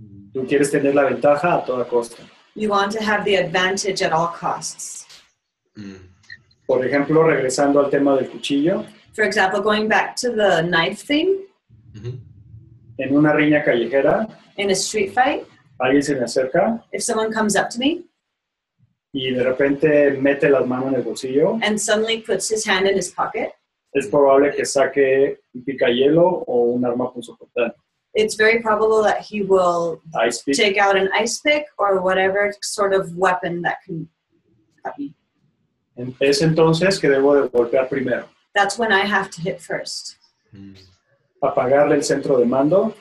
Speaker 1: Mm.
Speaker 2: Tú quieres tener la ventaja a toda costa.
Speaker 3: You want to have the advantage at all costs.
Speaker 1: Mm.
Speaker 2: Por ejemplo, regresando al tema del cuchillo,
Speaker 3: For example, going back to the knife thing
Speaker 1: Mhm.
Speaker 2: en una riña callejera,
Speaker 3: in a street fight,
Speaker 2: alguien se me acerca
Speaker 3: if someone comes up to me
Speaker 2: y de repente mete las manos en el bolsillo,
Speaker 3: and suddenly puts his hand in his pocket,
Speaker 2: es probable que saque un picayelo o un arma punzocortante.
Speaker 3: it's very probable that he will
Speaker 2: Ice pick.
Speaker 3: take out an ice pick or whatever sort of weapon that can cut me.
Speaker 2: Es entonces que debo de golpear primero,
Speaker 3: That's when I have to hit first.
Speaker 1: Mm.
Speaker 2: apagarle el centro de mando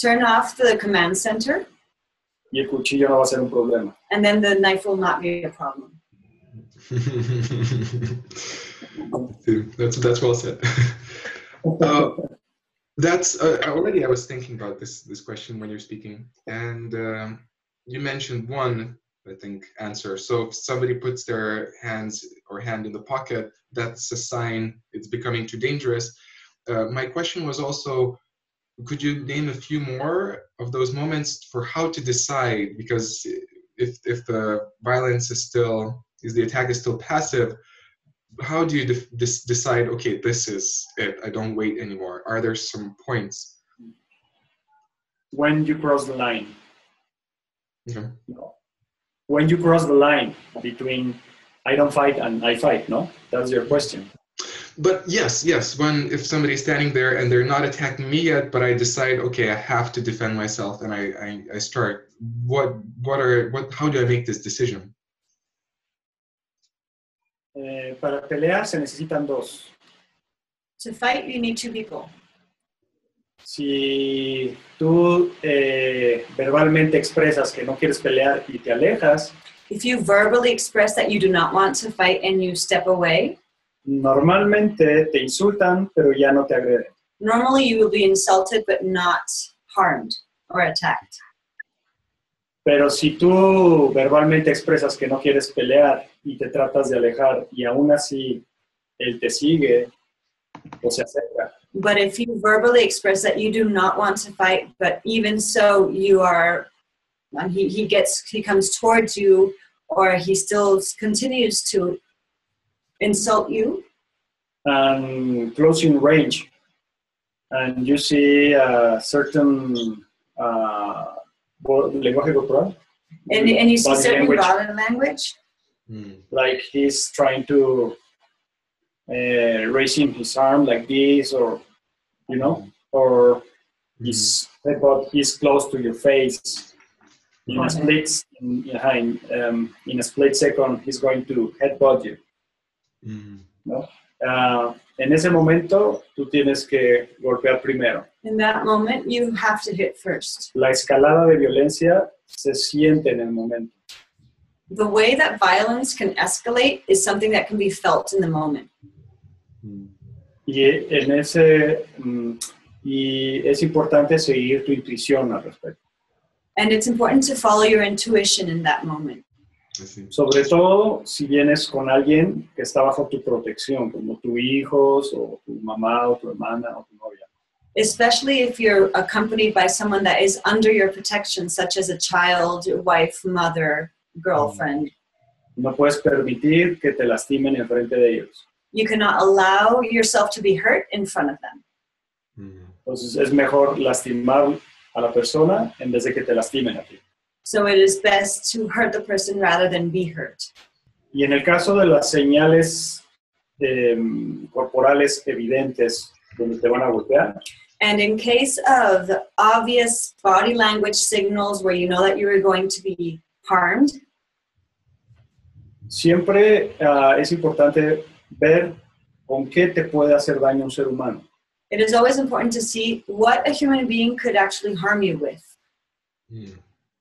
Speaker 3: Turn off the command center,
Speaker 2: y el cuchillo no va a ser un problema.
Speaker 3: and then the knife will not be a problem.
Speaker 1: that's that's well said. Uh, that's uh, already. I was thinking about this this question when you're speaking, and um, you mentioned one. I think answer. So if somebody puts their hands or hand in the pocket, that's a sign it's becoming too dangerous. Uh, my question was also, could you name a few more of those moments for how to decide? Because if if the violence is still, is the attack is still passive, how do you def- dis- decide okay this is it i don't wait anymore are there some points
Speaker 2: When you cross the line.
Speaker 1: okay.
Speaker 2: No. When you cross the line between I don't fight and I fight, no? That's your question.
Speaker 1: but yes yes when if somebody's standing there and they're not attacking me yet but i decide okay i have to defend myself and i i, I start what what are what how do i make this decision
Speaker 2: Eh, para pelear se necesitan dos.
Speaker 3: To fight, you need two people.
Speaker 2: Si tú eh, verbalmente expresas que no quieres pelear y te alejas,
Speaker 3: If you verbally express that you do not want to fight and you step away,
Speaker 2: normalmente te insultan, pero ya no te agreden.
Speaker 3: normally you will be insulted but not harmed or attacked.
Speaker 2: Pero si tú verbalmente expresas que no quieres pelear y te tratas de alejar y aún así él te sigue o se acerca,
Speaker 3: But if you verbally express that you do not want to fight, but even so you are, um, he, he gets, he comes towards you or he still continues to insult you,
Speaker 2: and closing range and you see a certain uh, bo- lenguaje corporal
Speaker 3: And, and you see
Speaker 2: Body
Speaker 3: certain
Speaker 2: language.
Speaker 3: body language,
Speaker 1: Hmm.
Speaker 2: like he's trying to uh, raising his arm like this or you know or
Speaker 1: Mm-hmm.
Speaker 2: his headbutt is close to your face in a
Speaker 3: Okay.
Speaker 2: split s- in, in, um, in a split second he's going to headbutt you
Speaker 1: Mm.
Speaker 2: Ah, en ese momento tú tienes que golpear primero
Speaker 3: in that moment, you have to hit first.
Speaker 2: la escalada de violencia se siente en el momento.
Speaker 3: The way that violence can escalate is something that can be felt in the moment.
Speaker 1: Mm.
Speaker 2: Y, en ese, mm, y es importante seguir tu intuición al respecto.
Speaker 3: And it's important to follow your intuition in that moment,
Speaker 1: i see
Speaker 2: Sobre todo si vienes con alguien que está bajo tu protección, como tu hijos o tu mamá o tu hermana o tu novia.
Speaker 3: especially if you're accompanied by someone that is under your protection, such as a child, wife, mother, girlfriend.
Speaker 2: No puedes permitir que te lastimen en frente de ellos.
Speaker 3: You cannot allow yourself to be hurt in front of them.
Speaker 1: Mm.
Speaker 2: Entonces es mejor lastimar a la persona en vez de que te lastimen a ti.
Speaker 3: So it is best to hurt the person rather than be hurt.
Speaker 2: Y en el caso de las señales em, corporales evidentes donde te van a golpear,
Speaker 3: And in case of the obvious body language signals where you know that you are going to be harmed,
Speaker 2: siempre ah, es importante ver con qué te puede hacer daño un ser humano.
Speaker 3: It is always important to see what a human being could actually harm you with.
Speaker 1: Mm.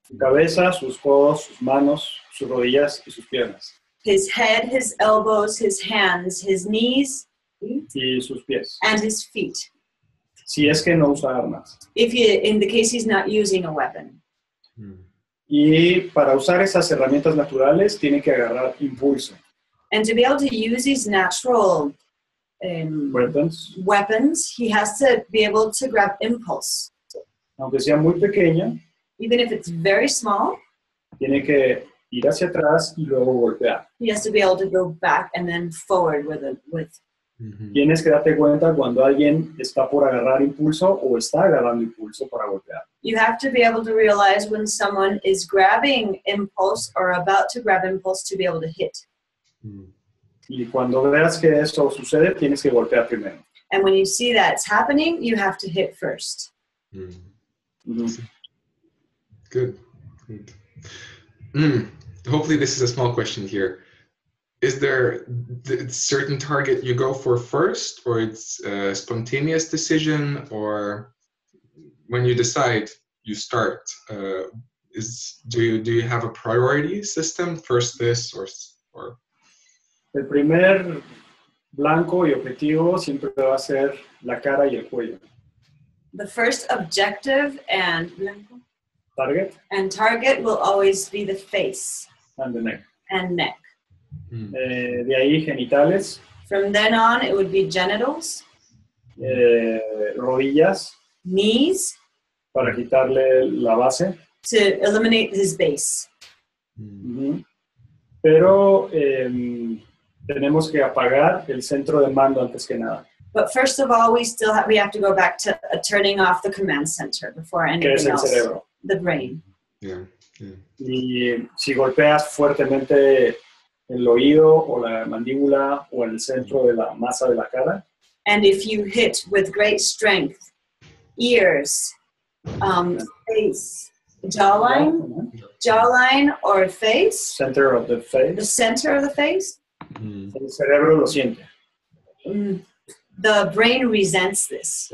Speaker 2: Su cabeza, sus codos, sus manos, sus rodillas y sus piernas.
Speaker 3: His head, his elbows, his hands, his knees,
Speaker 2: Y sus pies.
Speaker 3: and his feet.
Speaker 2: Si es que no usa armas.
Speaker 3: If he, in the case he's not using a weapon.
Speaker 1: Mm.
Speaker 2: Y para usar esas herramientas naturales tiene que agarrar impulso.
Speaker 3: And to be able to use these natural um,
Speaker 2: Weapons,
Speaker 3: weapons, he has to be able to grab impulse.
Speaker 2: aunque sea muy pequeña,
Speaker 3: Even if it's very small,
Speaker 2: tiene que ir hacia atrás y luego golpear.
Speaker 3: he has to be able to go back and then forward with a, with.
Speaker 1: Mhm.
Speaker 2: Tienes que darte cuenta cuando alguien está por agarrar impulso o está agarrando impulso para golpear.
Speaker 3: You have to be able to realize when someone is grabbing impulse or about to grab impulse to be able to hit.
Speaker 1: Mm.
Speaker 2: Y cuando veas que eso sucede, tienes que golpear primero.
Speaker 3: And when you see that it's happening, you have to hit first.
Speaker 1: Mm. Good. Good. Mm. Hopefully, this is a small question here. Is there a certain target you go for first, or it's a spontaneous decision, or when you decide you start? Uh, is do you do you have a priority system first this or s- or
Speaker 2: El primer blanco y objetivo siempre va a ser la cara y el cuello.
Speaker 3: The first objective and
Speaker 2: Target
Speaker 3: and target will always be the face
Speaker 2: and the neck.
Speaker 3: and neck.
Speaker 1: Mm.
Speaker 2: Eh, de ahí genitales,
Speaker 3: From then on, it would be genitals,
Speaker 2: eh, rodillas
Speaker 3: knees
Speaker 2: para quitarle la base.
Speaker 3: to eliminate his base.
Speaker 1: Mm.
Speaker 2: Ujú. Pero em, tenemos que apagar el centro de mando antes que nada,
Speaker 3: But first of all, we still have, we have to go back to uh, turning off the command center before
Speaker 2: que es
Speaker 3: anything
Speaker 2: el
Speaker 3: else.
Speaker 2: cerebro.
Speaker 3: The brain.
Speaker 1: yeah
Speaker 2: Y si golpeas fuertemente el oído o la mandíbula o el centro de la masa de la cara,
Speaker 3: And if you hit with great strength, ears, um, face, jawline, jawline or face,
Speaker 2: center of the
Speaker 3: the
Speaker 2: face,
Speaker 3: center of the face,
Speaker 1: Mm.
Speaker 2: el cerebro lo siente.
Speaker 3: mm, the brain resents this.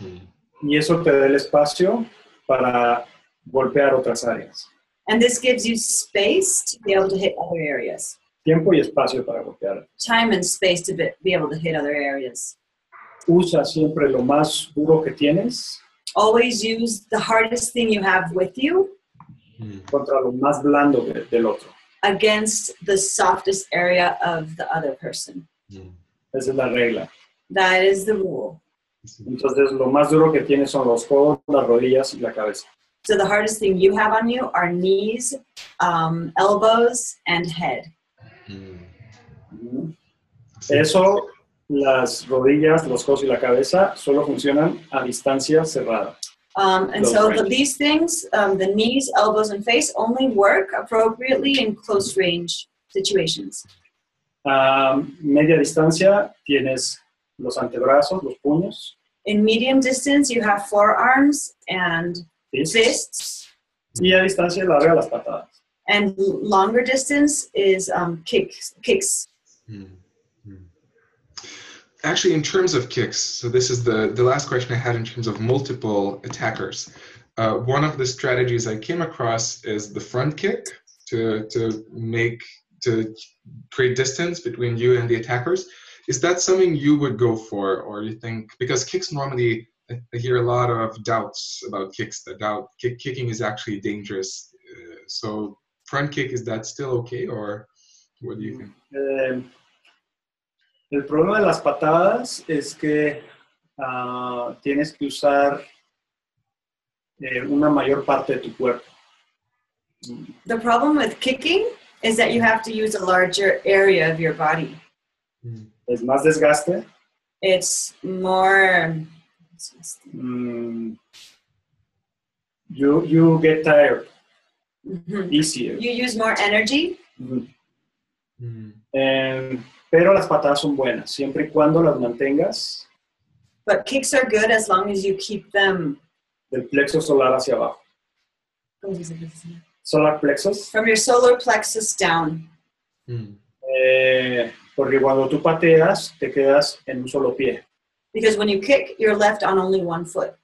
Speaker 1: Mm.
Speaker 2: Y eso te da el espacio para golpear otras áreas.
Speaker 3: And this gives you space to be able to hit other areas.
Speaker 2: Tiempo y espacio para golpear.
Speaker 3: Time and space to be, be able to hit other areas.
Speaker 2: Usa siempre lo más duro que tienes
Speaker 3: Always use the hardest thing you have with you
Speaker 1: Mm.
Speaker 2: contra lo más blando de- del otro.
Speaker 3: against the softest area of the other person.
Speaker 1: Mm.
Speaker 2: Esa es la regla.
Speaker 3: That is the rule.
Speaker 1: hmm.
Speaker 2: Entonces, lo más duro que tienes son los codos, las rodillas y la cabeza.
Speaker 3: So the hardest thing you have on you are knees, um, elbows, and head.
Speaker 1: Mm.
Speaker 2: Eso, las rodillas, los codos y la cabeza solo funcionan a distancia cerrada.
Speaker 3: Um, and
Speaker 2: Those
Speaker 3: so the,
Speaker 2: ranges.
Speaker 3: these things, um, the knees, elbows, and face, only work appropriately in close range situations.
Speaker 2: A media distancia tienes los antebrazos, los puños,
Speaker 3: In medium distance, you have forearms and
Speaker 2: fists,
Speaker 3: fists,
Speaker 2: y a distancia larga las patadas.
Speaker 3: and l- longer distance is um, kicks. Kicks.
Speaker 1: Mm. Mm. Actually, in terms of kicks, so this is the, the last question I had in terms of multiple attackers. Uh, one of the strategies I came across is the front kick to, to make to create distance between you and the attackers. Is that something you would go for, or you think because kicks normally I I hear a lot of doubts about kicks. The doubt kick, kicking is actually dangerous. Uh, so front kick is that still okay, or what do you think?
Speaker 2: Eh, el problema de las patadas es que ah, tienes que usar eh, una mayor parte de tu cuerpo.
Speaker 3: The problem with kicking is that you have to use a larger area of your body.
Speaker 2: Es más desgaste,
Speaker 3: It's more. (laughs)
Speaker 2: Mm, you, you get tired
Speaker 3: Mhm.
Speaker 2: easier.
Speaker 3: You use more energy,
Speaker 2: Ujú.
Speaker 1: Mm.
Speaker 2: Eh, pero las patadas son buenas, siempre y cuando las mantengas
Speaker 3: but kicks are good as long as you keep them
Speaker 2: del plexo solar hacia abajo. Solar plexus,
Speaker 3: from your solar plexus down.
Speaker 1: Mm.
Speaker 2: eh, Porque cuando tú pateas, te quedas en un solo pie.
Speaker 3: Because when you kick, you're left on only one foot.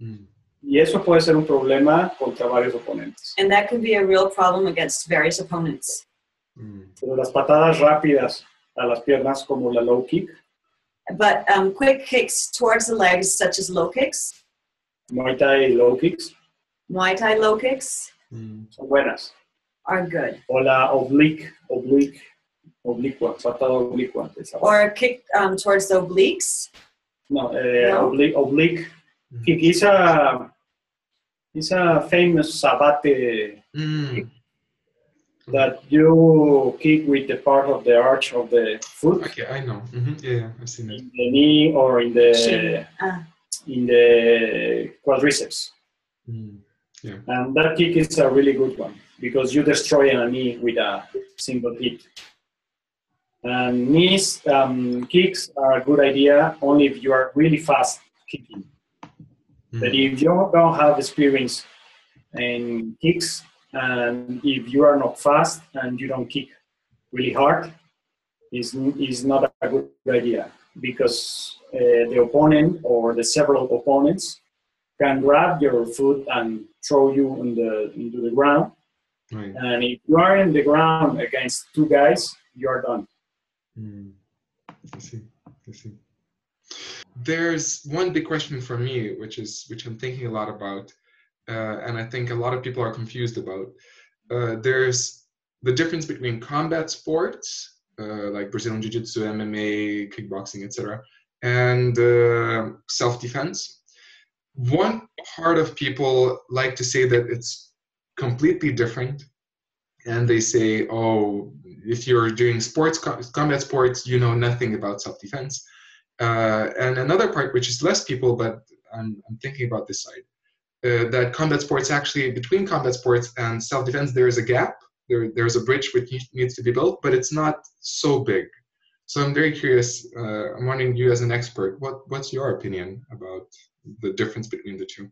Speaker 1: Mm.
Speaker 2: Y eso puede ser un problema contra varios oponentes.
Speaker 3: And that could be a real problem against various opponents.
Speaker 1: Mm.
Speaker 2: Pero las patadas rápidas a las piernas, como la low kick,
Speaker 3: But um, quick kicks towards the legs, such as low kicks,
Speaker 2: Muay Thai low kicks,
Speaker 3: Muay Thai low kicks,
Speaker 1: Mm.
Speaker 2: son buenas.
Speaker 3: are good.
Speaker 2: O la oblique, oblique, oblicua, patada oblicua. esa.
Speaker 3: Or a kick um, towards the obliques.
Speaker 2: No, eh,
Speaker 3: No.
Speaker 2: oblique, oblique kick. Esa, esa famous sabate
Speaker 1: Mm.
Speaker 2: that you kick with the part of the arch of the foot,
Speaker 1: Okay, I know. hmm Yeah, yeah, I've seen it.
Speaker 2: in the knee or in the
Speaker 3: Shin. Ah.
Speaker 2: in the quadriceps.
Speaker 1: Mm.
Speaker 2: And that kick is a really good one because you destroy a knee with a single hit. And knees um, kicks are a good idea only if you are really fast kicking. But
Speaker 1: Mm.
Speaker 2: if you don't have experience in kicks, and if you are not fast and you don't kick really hard, is is not a good idea because uh, the opponent or the several opponents can grab your foot and throw you in the, into the ground.
Speaker 1: Right.
Speaker 2: And if you are in the ground against two guys, you are done.
Speaker 1: Mm. I see. I see. There's one big question for me, which is which I'm thinking a lot about, uh, and I think a lot of people are confused about. Uh, there's the difference between combat sports, uh, like Brazilian Jiu-Jitsu, MMA, kickboxing, etc., and uh, self-defense. One part of people like to say that it's completely different and they say, "Oh, if you're doing sports co- combat sports, you know nothing about self-defense." Uh, and another part, which is less people, but I'm, I'm thinking about this side, uh, that combat sports actually between combat sports and self-defense there is a gap. There, there's a bridge which ne- needs to be built, but it's not so big. So I'm very curious. Uh, I'm wondering, you as an expert, what what's your opinion about the difference between the two?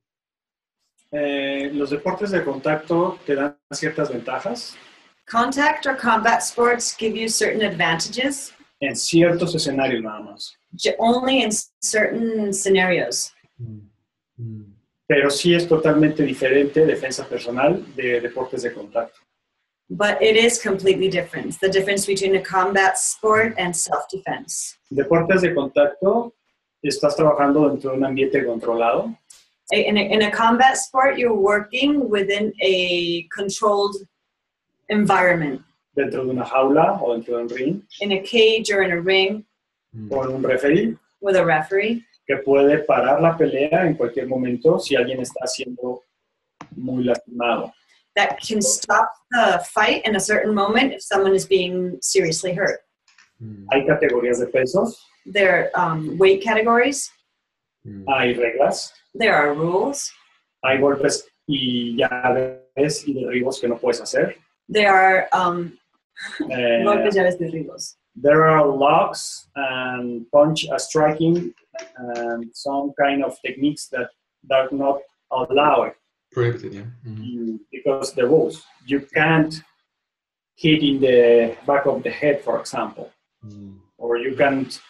Speaker 2: Eh, los deportes de contacto te dan ciertas ventajas
Speaker 3: Contact or combat sports give you certain advantages
Speaker 2: en ciertos escenarios nada más.
Speaker 3: j- only in certain scenarios.
Speaker 2: pero sí es totalmente diferente defensa personal de deportes de contacto.
Speaker 3: But it is completely different. The difference between a combat sport and self defense.
Speaker 2: Deportes de contacto, estás trabajando dentro de un ambiente controlado
Speaker 3: In a, in a combat sport, you're working within a controlled environment,
Speaker 2: dentro de una jaula o dentro de un ring
Speaker 3: in a cage or in a ring
Speaker 2: con un referee
Speaker 3: with a referee
Speaker 2: que puede parar la pelea en cualquier momento si alguien está siendo muy lastimado.
Speaker 3: that can stop the fight in a certain moment if someone is being seriously hurt.
Speaker 1: Mm-hmm.
Speaker 2: Hay categorías de pesos,
Speaker 3: There are um, weight categories,
Speaker 1: Mm-hmm.
Speaker 2: hay reglas,
Speaker 3: there are rules,
Speaker 2: hay golpes y llaves y derribos que no puedes hacer.
Speaker 3: there are um,
Speaker 2: Eh,
Speaker 3: golpes, llaves, derribos.
Speaker 2: there are locks and punch uh, striking and some kind of techniques that are not allowed
Speaker 1: Prohibited, yeah. Mhm.
Speaker 2: in- because the rules you can't hit in the back of the head for example
Speaker 1: Mm.
Speaker 2: or you can't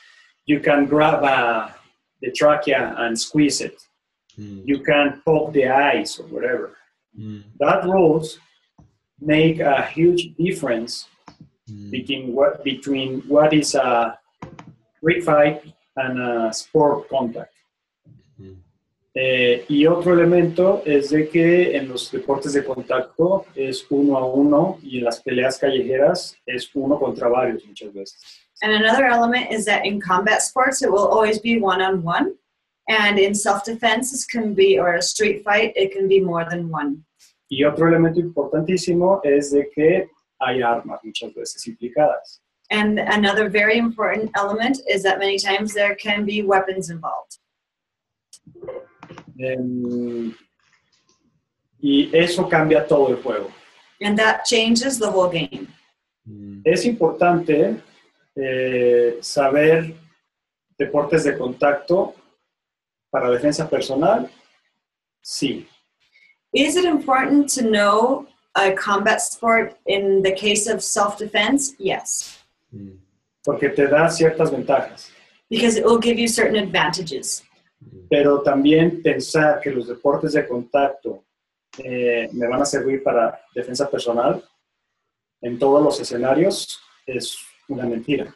Speaker 2: you can grab uh, the trachea and squeeze it
Speaker 1: Mm.
Speaker 2: you can poke the eyes or whatever
Speaker 1: Mm.
Speaker 2: that rules make a huge difference
Speaker 1: Mm.
Speaker 2: between what between what is a rig fight and a sport contact.
Speaker 1: Mm.
Speaker 2: Eh, y otro elemento es de que en los deportes de contacto es uno a uno y en las peleas callejeras es uno contra varios muchas veces.
Speaker 3: And another element is that in combat sports, it will always be one on one. And in self defense, this can be, or a street fight, it can be more than one.
Speaker 2: Y otro elemento importantísimo es de que hay armas muchas veces implicadas.
Speaker 3: And another very important element is that many times there can be weapons involved.
Speaker 2: Em, y eso cambia todo el juego.
Speaker 3: And that changes the whole game.
Speaker 1: Mm.
Speaker 2: Es importante eh, saber deportes de contacto para defensa personal. Sí,
Speaker 3: Is it important to know a combat sport in the case of self defense? Yes.
Speaker 1: Mm.
Speaker 2: porque te da ciertas ventajas.
Speaker 3: because it will give you certain advantages.
Speaker 2: Pero también pensar que los deportes de contacto eh, me van a servir para defensa personal en todos los escenarios es una mentira.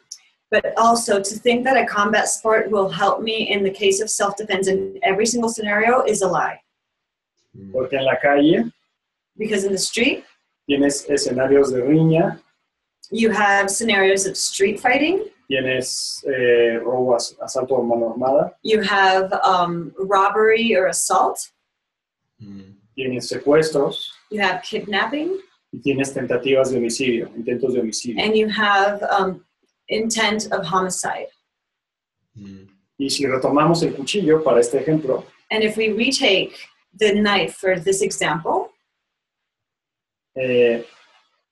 Speaker 3: But also to think that a combat sport will help me in the case of self defense in every single scenario is a lie.
Speaker 1: 嗯
Speaker 2: Porque en la calle
Speaker 3: Because in the street,
Speaker 2: tienes escenarios de riña,
Speaker 3: you have scenarios of street fighting,
Speaker 2: tienes eh, robo, as- asalto a mano armada,
Speaker 3: you have um, robbery or assault,
Speaker 1: 嗯
Speaker 2: tienes secuestros
Speaker 3: you have kidnapping,
Speaker 2: y tienes tentativas de homicidio, intentos de homicidio.
Speaker 3: and you have um, intent of homicide.
Speaker 1: 嗯
Speaker 2: Y si retomamos el cuchillo para este ejemplo,
Speaker 3: And if we retake the knife for this example,
Speaker 2: eh,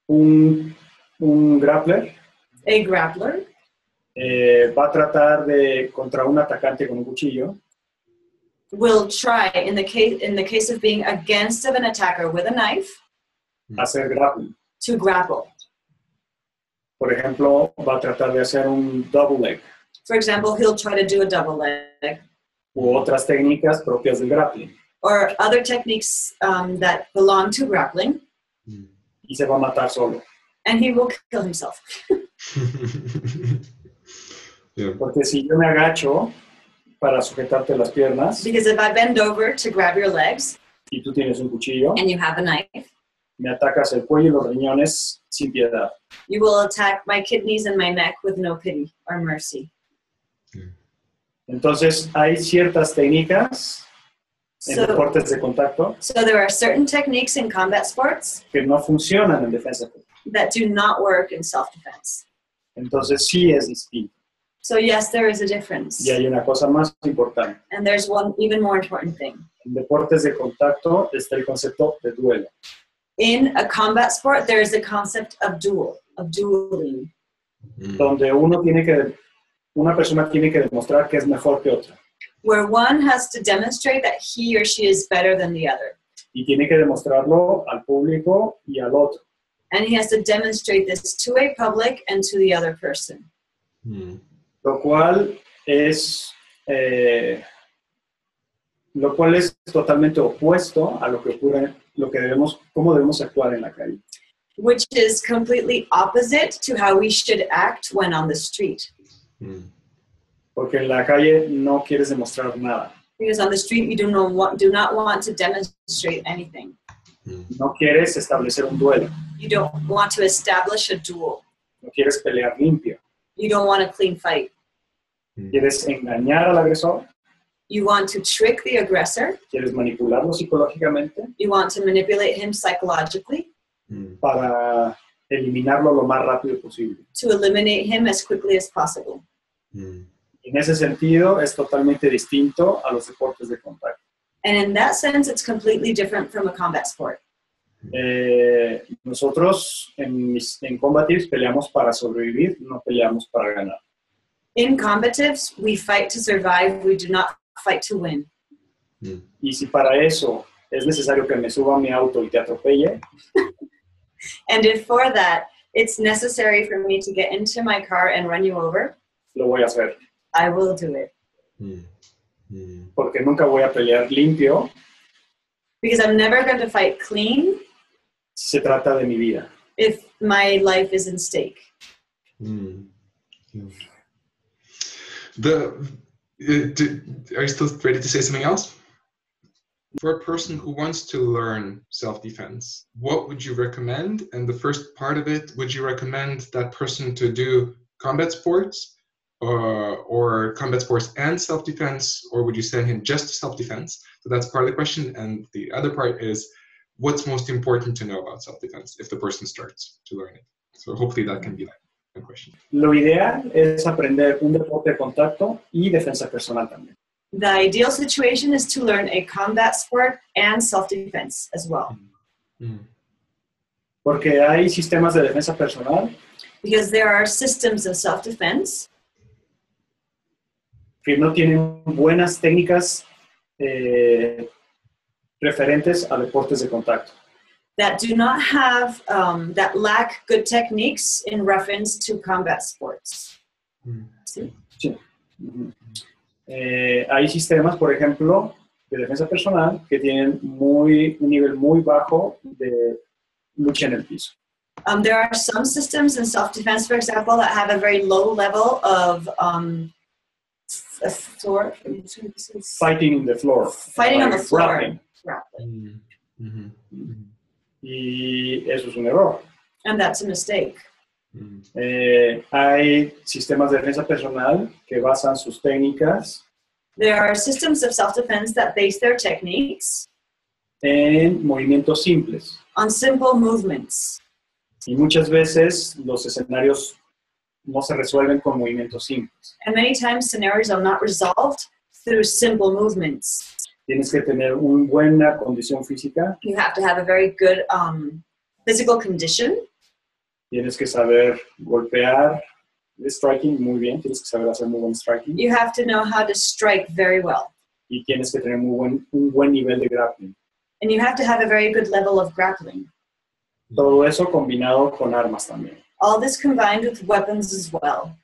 Speaker 2: un, un grappler
Speaker 3: a grappler
Speaker 2: eh, va a tratar de contra un atacante con un cuchillo,
Speaker 3: will try in the case in the case of being against of an attacker with a knife
Speaker 2: hacer grappling.
Speaker 3: to grapple.
Speaker 2: Por ejemplo, va a tratar de hacer un double leg
Speaker 3: For example, he'll try to do a double leg
Speaker 2: u otras técnicas propias del grappling
Speaker 3: or other techniques um, that belong to grappling,
Speaker 1: 嗯
Speaker 2: y se va a matar solo,
Speaker 3: and he will kill himself.
Speaker 1: yeah.
Speaker 2: porque si yo me agacho para sujetarte las piernas
Speaker 3: Because if I bend over to grab your legs
Speaker 2: y tú tienes un cuchillo,
Speaker 3: and you have a knife,
Speaker 2: me atacas el cuello y los riñones sin piedad.
Speaker 3: you will attack my kidneys and my neck with no pity or mercy.
Speaker 2: Entonces, hay ciertas técnicas en
Speaker 3: So,
Speaker 2: deportes de contacto
Speaker 3: so there are certain techniques in combat sports
Speaker 2: que no funcionan en defensa.
Speaker 3: that do not work in self-defense.
Speaker 2: Entonces, sí es distinto.
Speaker 3: So yes, there is a difference,
Speaker 2: Y hay una cosa más importante.
Speaker 3: and there's one even more important thing.
Speaker 2: En deportes de contacto está el concepto de duelo.
Speaker 3: In a combat sport, there is a concept of duel, of dueling,
Speaker 1: Mm.
Speaker 2: donde uno tiene que, una persona tiene que demostrar que es mejor que otra
Speaker 3: where one has to demonstrate that he or she is better than the other,
Speaker 2: y tiene que demostrarlo al público y al otro.
Speaker 3: and he has to demonstrate this to a public and to the other person,
Speaker 1: 嗯
Speaker 2: Lo cual es, eh, lo cual es totalmente opuesto a lo que ocurre, lo que debemos, cómo debemos actuar en la calle.
Speaker 3: which is completely opposite to how we should act when on the street.
Speaker 1: 嗯
Speaker 2: Porque en la calle no quieres demostrar nada.
Speaker 3: Because on the street, you do not want, do not want to demonstrate anything.
Speaker 1: 嗯
Speaker 2: No quieres establecer un duelo.
Speaker 3: You don't want to establish a duel.
Speaker 2: No quieres pelear limpio.
Speaker 3: You don't want a clean fight.
Speaker 2: Quieres engañar al agresor.
Speaker 3: You want to trick the aggressor.
Speaker 2: Quieres manipularlo psicológicamente.
Speaker 3: You want to manipulate him psychologically
Speaker 1: 嗯
Speaker 2: para eliminarlo lo más rápido posible.
Speaker 3: to eliminate him as quickly as possible.
Speaker 1: 嗯
Speaker 2: En ese sentido, es totalmente distinto a los deportes de contacto.
Speaker 3: And in that sense, it's completely different from a combat sport.
Speaker 2: Eh, nosotros en, mis- en Combatives peleamos para sobrevivir, no peleamos para ganar.
Speaker 3: In combatives, we fight to survive, we do not fight to win.
Speaker 2: Y si para eso es necesario que me suba a mi auto y te atropelle,
Speaker 3: And if for that, it's necessary for me to get into my car and run you over,
Speaker 2: lo voy a hacer,
Speaker 3: I will do it.
Speaker 1: 嗯
Speaker 2: porque nunca voy a pelear limpio
Speaker 3: Because I'm never going to fight clean
Speaker 2: si se trata de mi vida.
Speaker 3: if my life is in stake.
Speaker 1: Mm. The uh, d- are you still ready to say something else? For a person who wants to learn self-defense, what would you recommend? And the first part of it, would you recommend that person to do combat sports, uh, or combat sports and self-defense, or would you send him just to self-defense? So that's part of the question, and the other part is, what's most important to know about self-defense if the person starts to learn it? So hopefully that can be that question.
Speaker 2: Lo ideal es aprender un deporte de contacto y defensa personal también.
Speaker 3: The ideal situation is to learn a combat sport and self defense as well,
Speaker 2: Porque hay sistemas de defensa personal
Speaker 3: because there are systems of self defense
Speaker 2: que no tienen buenas técnicas eh, referentes a deportes de contacto.
Speaker 3: that do not have, um, that lack good techniques in reference to combat sports. ¿sí?
Speaker 2: Sí. Ujú. Eh, hay sistemas, por ejemplo, de defensa personal que tienen muy, un nivel muy bajo de lucha en el piso.
Speaker 3: Um, there are some systems in self defense, for example, that have a very low level of um, f- f- floor.
Speaker 2: Fighting in the floor.
Speaker 3: Fighting on the floor.
Speaker 2: Grappling. Y eso es un error.
Speaker 3: And that's a mistake.
Speaker 2: Eh, hay sistemas de defensa personal que basan sus técnicas
Speaker 3: There are systems of self defense that base their techniques
Speaker 2: en movimientos simples.
Speaker 3: on simple movements.
Speaker 2: Y muchas veces los escenarios no se resuelven con movimientos simples.
Speaker 3: And many times scenarios are not resolved through simple movements.
Speaker 2: Tienes que tener una buena condición física,
Speaker 3: You have to have a very good um, physical condition.
Speaker 2: tienes que saber golpear, striking muy bien, tienes que saber hacer muy buen striking
Speaker 3: You have to know how to strike very well.
Speaker 2: y tienes que tener muy buen, un buen nivel de grappling.
Speaker 3: And you have to have a very good level of grappling.
Speaker 2: Todo eso combinado con armas también.
Speaker 3: All this combined with weapons as well.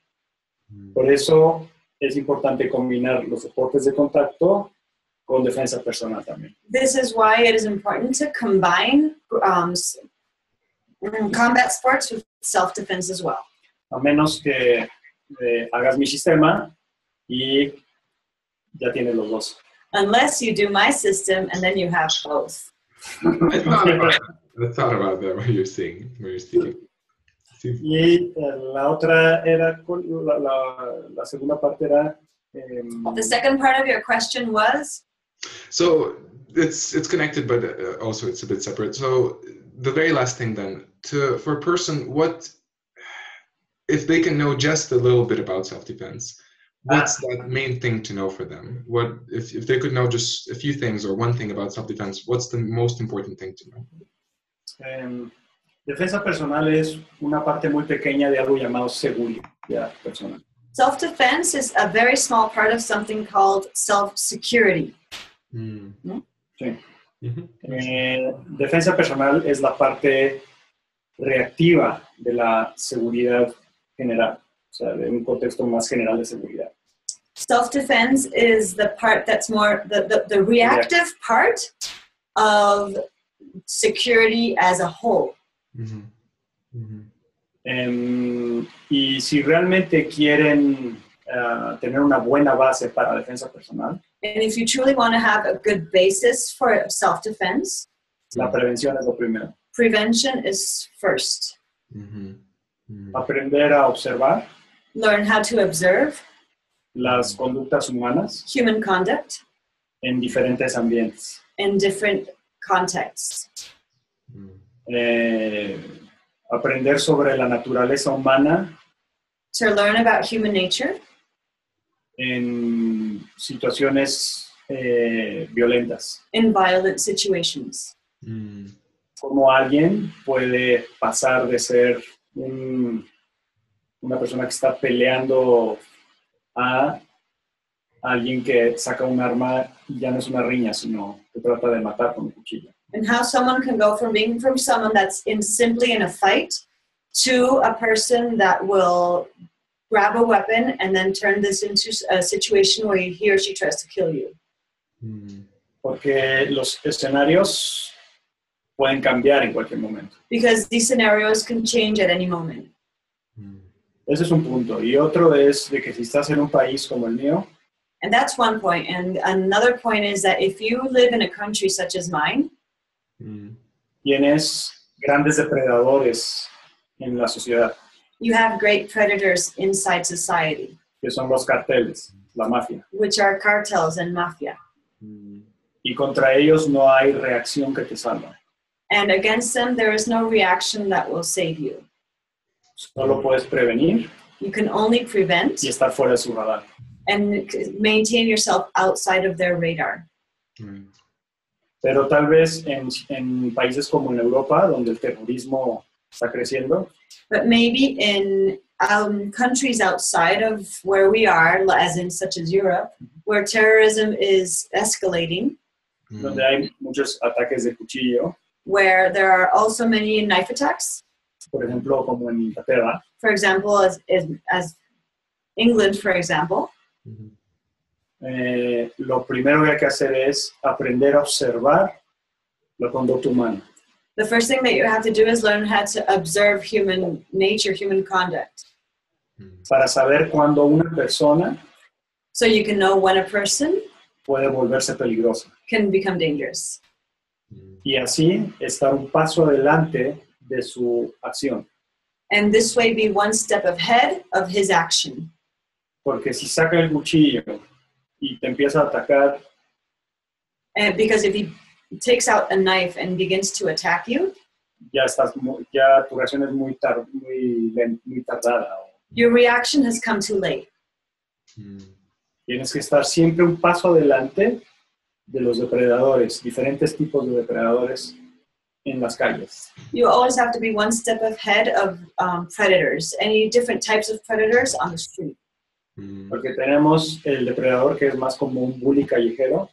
Speaker 2: Por eso es importante combinar los deportes de contacto con defensa personal también.
Speaker 3: This is why it is important to combine um, s- mm, combat sports with self defense as well.
Speaker 2: A menos que eh, hagas mi sistema y ya tienes los dos.
Speaker 3: Unless you do my system and then you have both.
Speaker 1: I thought about that. I thought about that when you're saying when you're speaking. See,
Speaker 2: Y eh, la otra era, con- la, la- la segunda parte era... em,
Speaker 3: The second part of your question was
Speaker 1: So it's it's connected, but uh, also it's a bit separate. So the very last thing then, to for a person, what if they can know just a little bit about self-defense? What's that main thing to know for them? What if, if they could know just a few things or one thing about self-defense? What's the most important thing to know?
Speaker 2: em, defensa personal es una parte muy pequeña de algo llamado seguridad personal.
Speaker 3: self defense is a very small part of something called self security.
Speaker 2: Sí.
Speaker 1: Mhm.
Speaker 2: Eh, defensa personal es la parte reactiva de la seguridad general, o sea, de un contexto más general de seguridad.
Speaker 3: Self defense is the part that's more the, the, the reactive part of security as a whole.
Speaker 1: Mhm. Mhm.
Speaker 2: Em, y si realmente quieren ah, tener una buena base para defensa personal,
Speaker 3: And if you truly want to have a good basis for self defense,
Speaker 2: la prevención es lo primero.
Speaker 3: prevention is first.
Speaker 1: Mhm. Mhm.
Speaker 2: Aprender a observar
Speaker 3: Learn how to observe
Speaker 2: las conductas humanas
Speaker 3: human conduct
Speaker 2: en diferentes ambientes.
Speaker 3: in different contexts.
Speaker 1: Mhm.
Speaker 2: eh, aprender sobre la naturaleza humana
Speaker 3: To learn about human nature
Speaker 2: en situaciones eh, violentas.
Speaker 3: in violent situations.
Speaker 1: Mhm.
Speaker 2: Cómo alguien puede pasar de ser un- una persona que está peleando a alguien que saca un arma y ya no es una riña, sino que trata de matar con un cuchillo.
Speaker 3: and how someone can go from being from someone that's in simply in a fight to a person that will grab a weapon and then turn this into a situation where he or she tries to kill you
Speaker 1: Mhm.
Speaker 2: Porque los escenarios pueden cambiar en cualquier momento.
Speaker 3: because these scenarios can change at any moment
Speaker 1: Mhm.
Speaker 2: Ese es un punto. Y otro es de que si estás en un país como el mío,
Speaker 3: and that's one point and another point is that if you live in a country such as mine
Speaker 1: Mhm.
Speaker 2: tienes grandes depredadores en la sociedad,
Speaker 3: you have great predators inside society
Speaker 2: que son los carteles, la mafia.
Speaker 3: which are cartels and mafia
Speaker 1: Mhm.
Speaker 2: Y contra ellos no hay reacción que te salva.
Speaker 3: and against them there is no reaction that will save you
Speaker 2: Solo puedes prevenir
Speaker 3: you can only prevent
Speaker 2: y estar fuera de su radar.
Speaker 3: and c- maintain yourself outside of their radar.
Speaker 1: Right.
Speaker 2: Pero tal vez en, en países como en Europa, donde el terrorismo está creciendo,
Speaker 3: But maybe in um, countries outside of where we are, l- as in such as Europe, where terrorism is escalating,
Speaker 1: Mhm.
Speaker 2: donde hay muchos ataques de cuchillo,
Speaker 3: where there are also many knife attacks,
Speaker 2: por ejemplo, como en Inglaterra,
Speaker 3: for example, as, as, as England, for example,
Speaker 2: eh, lo primero que hay que hacer es aprender a observar la conducta humana.
Speaker 3: the first thing that you have to do is learn how to observe human nature, human conduct.
Speaker 2: para saber cuándo una persona
Speaker 3: So you can know when a person
Speaker 2: puede volverse peligrosa
Speaker 3: can become dangerous
Speaker 2: y así estar un paso adelante de su acción.
Speaker 3: and this way be one step ahead of his action.
Speaker 2: Porque si saca el cuchillo y te empieza a atacar,
Speaker 3: And Uh, because if he takes out a knife and begins to attack you,
Speaker 2: ya, estás mu- ya tu reacción es muy, tar- muy, len- muy tardada.
Speaker 3: your reaction has come too late.
Speaker 2: Tienes que estar siempre un paso adelante de los depredadores, diferentes tipos de depredadores en las calles.
Speaker 3: You always have to be one step ahead of um, predators, any different types of predators on the street.
Speaker 2: Porque tenemos el depredador que es más como un bully callejero,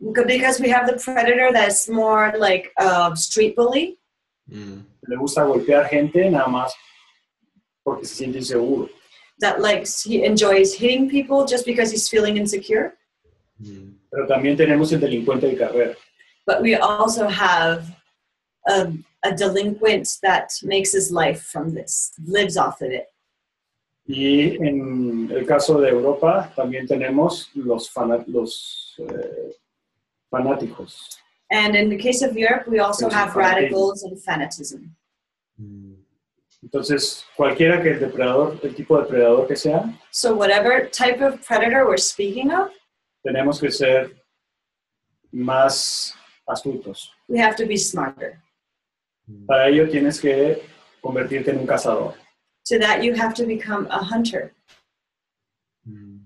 Speaker 3: Because we have the predator that's more like a street bully
Speaker 2: le gusta golpear gente nada más porque se siente inseguro.
Speaker 3: that likes, he enjoys hitting people just because he's feeling insecure.
Speaker 2: Pero también tenemos el delincuente de carrera,
Speaker 3: But we also have a, a delinquent that makes his life from this, lives off of it.
Speaker 2: Y en el caso de Europa también tenemos los, fana- los eh, fanáticos.
Speaker 3: And in the case of Europe, we also
Speaker 2: There's a
Speaker 3: have
Speaker 2: fanatism.
Speaker 3: radicals and fanatism.
Speaker 2: Entonces, cualquiera que el depredador, el tipo de depredador que sea,
Speaker 3: So, whatever type of predator we're speaking of,
Speaker 2: tenemos que ser más astutos.
Speaker 3: we have to be smarter.
Speaker 2: Para ello tienes que convertirte en un cazador.
Speaker 3: To that, you have to become a hunter,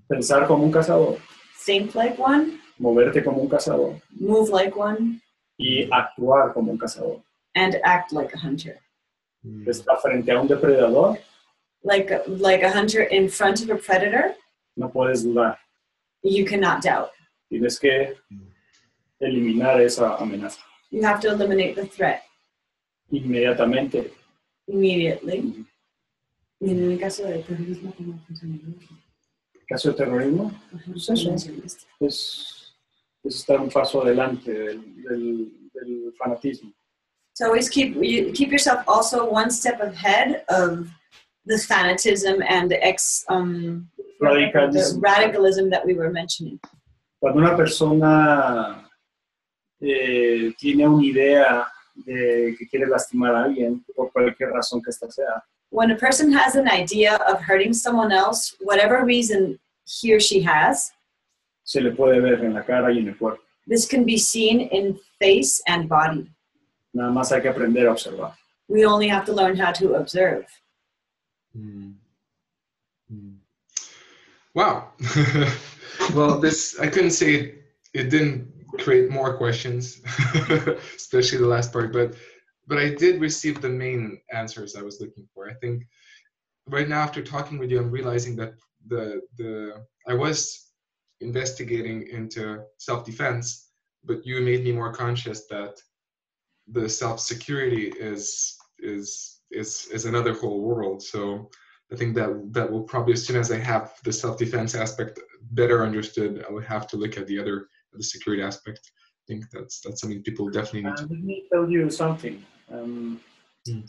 Speaker 2: Pensar como un cazador,
Speaker 3: think like one,
Speaker 2: moverte como un cazador
Speaker 3: move like one,
Speaker 2: y actuar como un cazador.
Speaker 3: and act like a hunter.
Speaker 2: está frente a un depredador,
Speaker 3: Like a, like a hunter in front of a predator,
Speaker 2: no puedes dudar.
Speaker 3: you cannot doubt.
Speaker 2: Tienes que eliminar esa amenaza
Speaker 3: You have to eliminate the threat
Speaker 2: inmediatamente.
Speaker 3: immediately.
Speaker 2: En
Speaker 3: Y en el caso del terrorismo, ¿cómo funcionaría?
Speaker 2: el caso de terrorismo
Speaker 3: Ajá,
Speaker 2: Sí, sí.
Speaker 3: mencionaste.
Speaker 2: es, es estar un paso adelante del, del- del fanatismo.
Speaker 3: So always keep you keep yourself also one step ahead of the fanatism and the ex um, the
Speaker 2: Radicalismo.
Speaker 3: radicalism that we were mentioning.
Speaker 2: Cuando una persona eh, tiene una idea de que quiere lastimar a alguien, por cualquier razón que esta sea,
Speaker 3: When a person has an idea of hurting someone else, whatever reason he or she has,
Speaker 2: se le puede ver en la cara y en el cuerpo.
Speaker 3: this can be seen in face and body.
Speaker 2: Nada más hay que aprender a observar.
Speaker 3: We only have to learn how to observe.
Speaker 1: Wow. (laughs) well, this I couldn't say it, it didn't create more questions, (laughs) especially the last part, but but I did receive the main answers I was looking for. I think right now after talking with you, I'm realizing that the the I was investigating into self-defense, but you made me more conscious that the self-security is is is is another whole world. So I think that that will probably as soon as I have the self-defense aspect better understood, I would have to look at the other the security aspect. I think that's that's something people definitely need
Speaker 2: Uh,
Speaker 1: to.
Speaker 2: let me tell you something. Um,
Speaker 1: Mm.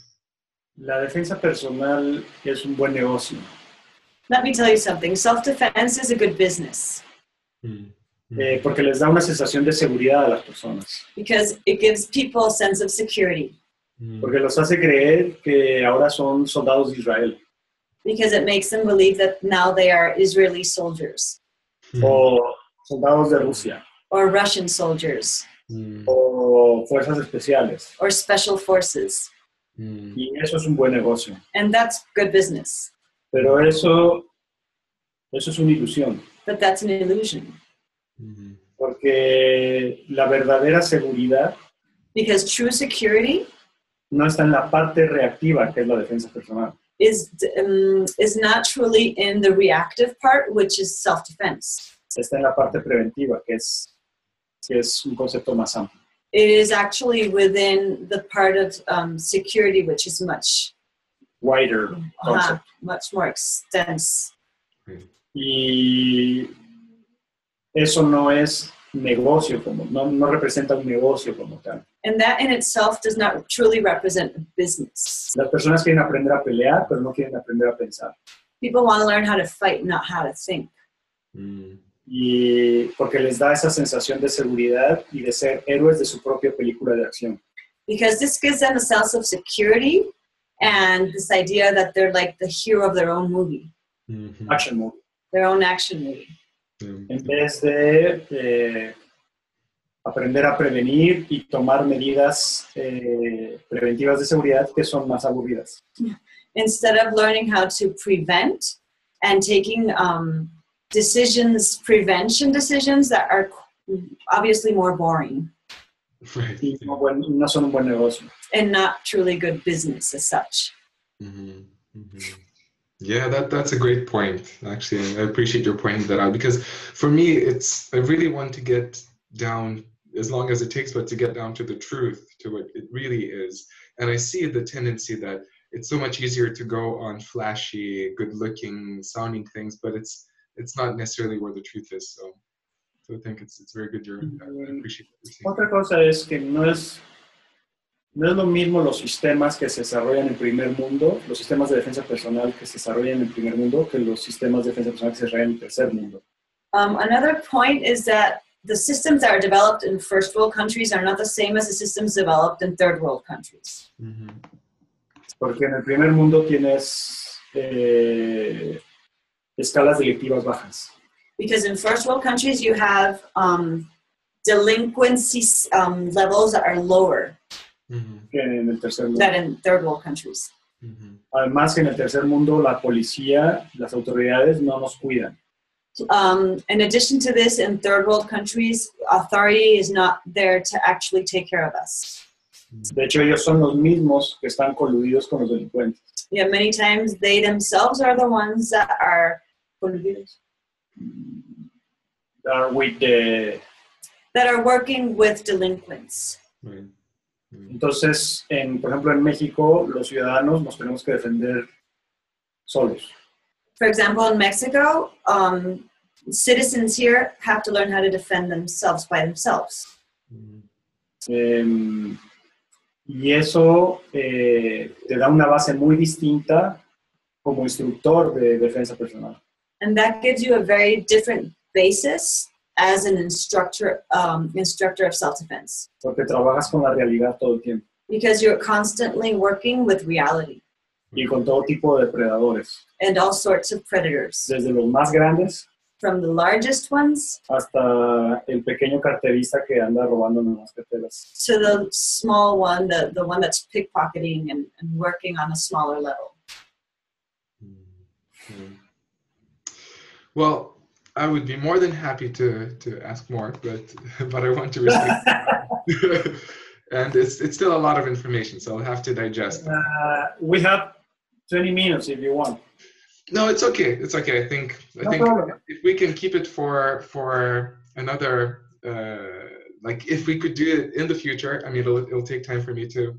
Speaker 2: La defensa personal es un buen negocio.
Speaker 3: Let me tell you something. Self-defense is a good business
Speaker 2: eh, porque les da una sensación de seguridad a las personas,
Speaker 3: because it gives people a sense of security.
Speaker 1: Mm-hmm.
Speaker 2: porque los hace creer que ahora son soldados de Israel
Speaker 3: because it makes them believe that now they are Israeli soldiers
Speaker 2: o soldados de Rusia
Speaker 3: or Russian soldiers
Speaker 1: Mm-hmm.
Speaker 2: o fuerzas especiales.
Speaker 3: or special forces.
Speaker 1: Mm-hmm.
Speaker 2: Y eso es un buen negocio.
Speaker 3: And that's good business,
Speaker 2: Pero eso, eso es una ilusión,
Speaker 3: but that's an illusion
Speaker 2: porque la verdadera seguridad
Speaker 3: because true security
Speaker 2: no está en la parte reactiva, que es la defensa personal.
Speaker 3: is, um, is not truly in the reactive part, which is self defense.
Speaker 2: está en la parte preventiva, que es, que es un concepto más amplio.
Speaker 3: It is actually within the part of um, security, which is much,
Speaker 2: Wider
Speaker 3: uh,
Speaker 2: concept.
Speaker 3: much more extense.
Speaker 2: y eso no es negocio, como, no, no representa un negocio como tal.
Speaker 3: And that in itself does not truly represent a business.
Speaker 2: Las personas quieren aprender a pelear, pero no quieren aprender a pensar.
Speaker 3: People want to learn how to fight, not how to think.
Speaker 1: Mm.
Speaker 2: Y porque les da esa sensación de seguridad y de ser héroes de su propia película de acción.
Speaker 3: because this gives them a sense of security and this idea that they're like the hero of their own movie,
Speaker 1: Mhm.
Speaker 2: Action movie.
Speaker 3: their own action movie.
Speaker 1: Yeah.
Speaker 2: en vez de eh, aprender a prevenir y tomar medidas eh, preventivas de seguridad que son más aburridas.
Speaker 3: Instead of learning how to prevent and taking um, decisions, prevention decisions that are obviously more boring
Speaker 1: Right.
Speaker 2: Y no, buen- no son un buen negocio.
Speaker 3: and not truly good business as such.
Speaker 1: Mhm, mhm. Yeah, that that's a great point, actually. and I appreciate your pointing that out because for me, it's I really want to get down as long as it takes, but to get down to the truth, to what it really is. And I see the tendency that it's so much easier to go on flashy, good-looking sounding things, but it's it's not necessarily where the truth is. So, so I think it's it's very good. Your, I appreciate what you're saying.
Speaker 2: Otra cosa es que no es, no es lo mismo los sistemas que se desarrollan en primer mundo, los sistemas de defensa personal que se desarrollan en primer mundo, que los sistemas de defensa personal que se desarrollan en tercer mundo.
Speaker 3: Um, another point is that the systems that are developed in first world countries are not the same as the systems developed in third world countries.
Speaker 1: Mhm,
Speaker 2: Porque en el primer mundo tienes eh, escalas delictivas bajas.
Speaker 3: because in first world countries you have um, delinquency um, levels that are lower
Speaker 1: mhm,
Speaker 2: que en el tercer mundo.
Speaker 3: than in third world countries.
Speaker 1: mhm,
Speaker 2: Mm-hmm. Además, en el tercer mundo la policía, las autoridades no nos cuidan.
Speaker 3: Um, in addition to this, in third world countries, authority is not there to actually take care of us.
Speaker 2: De hecho, ellos son los mismos que están coludidos con los delincuentes.
Speaker 3: Yeah, many times they themselves are the ones that are
Speaker 2: Are with the-
Speaker 3: that are working with delinquents.
Speaker 1: Right.
Speaker 2: Mm-hmm.
Speaker 1: Mhm,
Speaker 2: Entonces, en, por ejemplo, en México, los ciudadanos nos tenemos que defender solos.
Speaker 3: For example, in Mexico, um, citizens here have to learn how to defend themselves by themselves.
Speaker 1: mhm,
Speaker 2: Em, y eso eh, te da una base muy distinta como instructor de defensa personal.
Speaker 3: and that gives you a very different basis as an instructor um, instructor of self-defense
Speaker 2: Porque trabajas con la realidad todo el tiempo
Speaker 3: because you're constantly working with reality
Speaker 2: y con todo tipo de depredadores,
Speaker 3: and all sorts of predators
Speaker 2: desde los más grandes
Speaker 3: from the largest ones
Speaker 2: hasta el pequeño carterista que anda robando las carteras.
Speaker 3: to the small one the, the one that's pickpocketing and, and working on a smaller level
Speaker 1: Mm, mm. Well, I would be more than happy to to ask more, but (laughs) but I want to respect,
Speaker 2: (laughs)
Speaker 1: (laughs) and it's it's still a lot of information, so I'll have to digest.
Speaker 2: Uh, we have 20 minutes if you want.
Speaker 1: No, it's okay. It's okay. I think I
Speaker 2: No
Speaker 1: think
Speaker 2: problem.
Speaker 1: if we can keep it for for another uh, like if we could do it in the future, I mean, it'll it'll take time for me to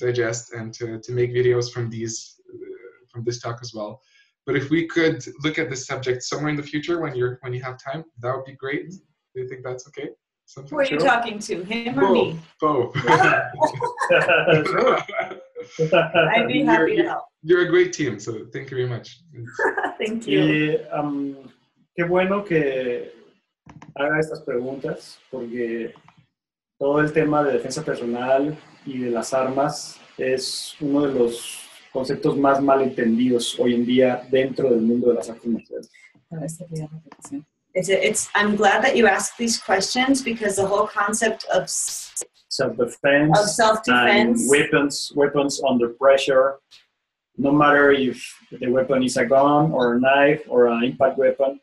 Speaker 1: digest and to to make videos from these uh, from this talk as well. But if we could look at this subject somewhere in the future when you're when you have time, that would be great. Do you think that's okay?
Speaker 3: who
Speaker 1: Something
Speaker 3: are you
Speaker 1: Sure.
Speaker 3: talking to him or me
Speaker 1: Bo.
Speaker 2: (laughs)
Speaker 3: i'd be happy to help
Speaker 1: (laughs) you're a great team, so thank you very
Speaker 3: (laughs)
Speaker 1: much.
Speaker 3: thank you
Speaker 2: Y, um, qué bueno que haga estas preguntas porque todo el tema de defensa personal y de las armas es uno de los conceptos más mal entendidos hoy en día dentro del mundo de las artes marciales.
Speaker 3: it's, it's, i'm glad that you asked these questions because the whole concept of s-
Speaker 2: self-defense,
Speaker 3: Of self-defense.
Speaker 2: and weapons weapons under pressure no matter if the weapon is a gun or a knife or an impact weapon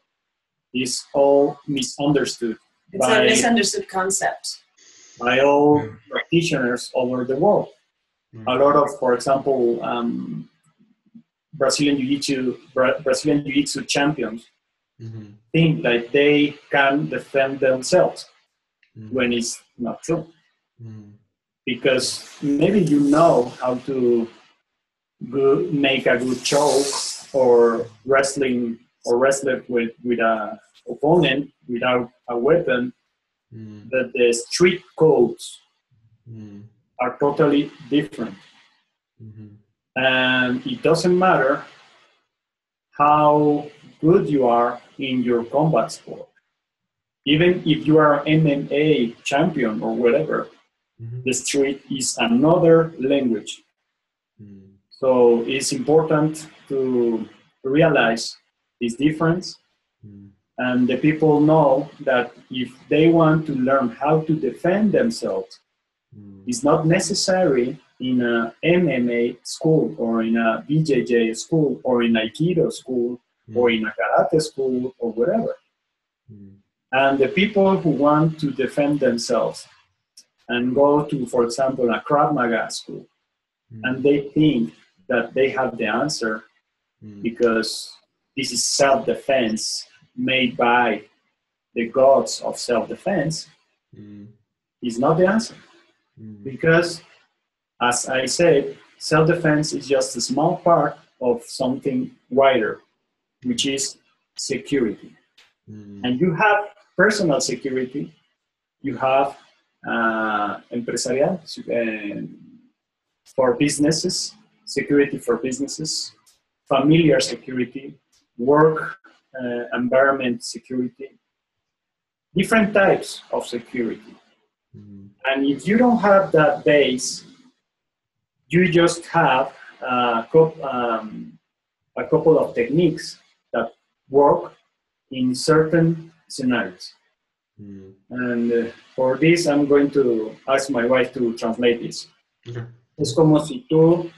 Speaker 2: is all misunderstood
Speaker 3: It's a
Speaker 2: by,
Speaker 3: misunderstood concept.
Speaker 2: by all
Speaker 1: Yeah.
Speaker 2: practitioners all over the world
Speaker 1: Mm.
Speaker 2: a lot of for example um, brazilian jiu-jitsu Bra- brazilian jiu-jitsu champions
Speaker 1: Mhm.
Speaker 2: think that they can defend themselves
Speaker 1: Mm.
Speaker 2: when it's not true
Speaker 1: Mm.
Speaker 2: because maybe you know how to go, make a good choke or wrestling or wrestled with with a opponent without a weapon,
Speaker 1: Mm,
Speaker 2: that the street codes
Speaker 1: mm,
Speaker 2: are totally different,
Speaker 1: mhm,
Speaker 2: and it doesn't matter how good you are in your combat sport. Even if you are MMA champion or whatever,
Speaker 1: mhm,
Speaker 2: the street is another language.
Speaker 1: mm,
Speaker 2: So it's important to realize this difference,
Speaker 1: mm,
Speaker 2: and the people know that if they want to learn how to defend themselves,
Speaker 1: mm,
Speaker 2: it's not necessary in a MMA school or in a BJJ school or in Aikido school or in a karate school or whatever.
Speaker 1: mm,
Speaker 2: And the people who want to defend themselves and go to, for example, a Krav Maga school,
Speaker 1: mm,
Speaker 2: and they think that they have the answer Mm-hmm.
Speaker 1: mm,
Speaker 2: because this is self defense made by the gods of self defense
Speaker 1: mm,
Speaker 2: is not the answer.
Speaker 1: mm,
Speaker 2: Because, as I said, self defense is just a small part of something wider, which is security.
Speaker 1: mm,
Speaker 2: And you have personal security, you have uh, empresarial uh, for businesses, security for businesses, familiar security, work uh, environment security, different types of security.
Speaker 1: mm,
Speaker 2: And if you don't have that base, you just have a, co- um, a couple of techniques that work in certain scenarios.
Speaker 1: mm.
Speaker 2: And uh, for this, I'm going to ask my wife to translate this.
Speaker 1: Okay.
Speaker 2: Es como si tú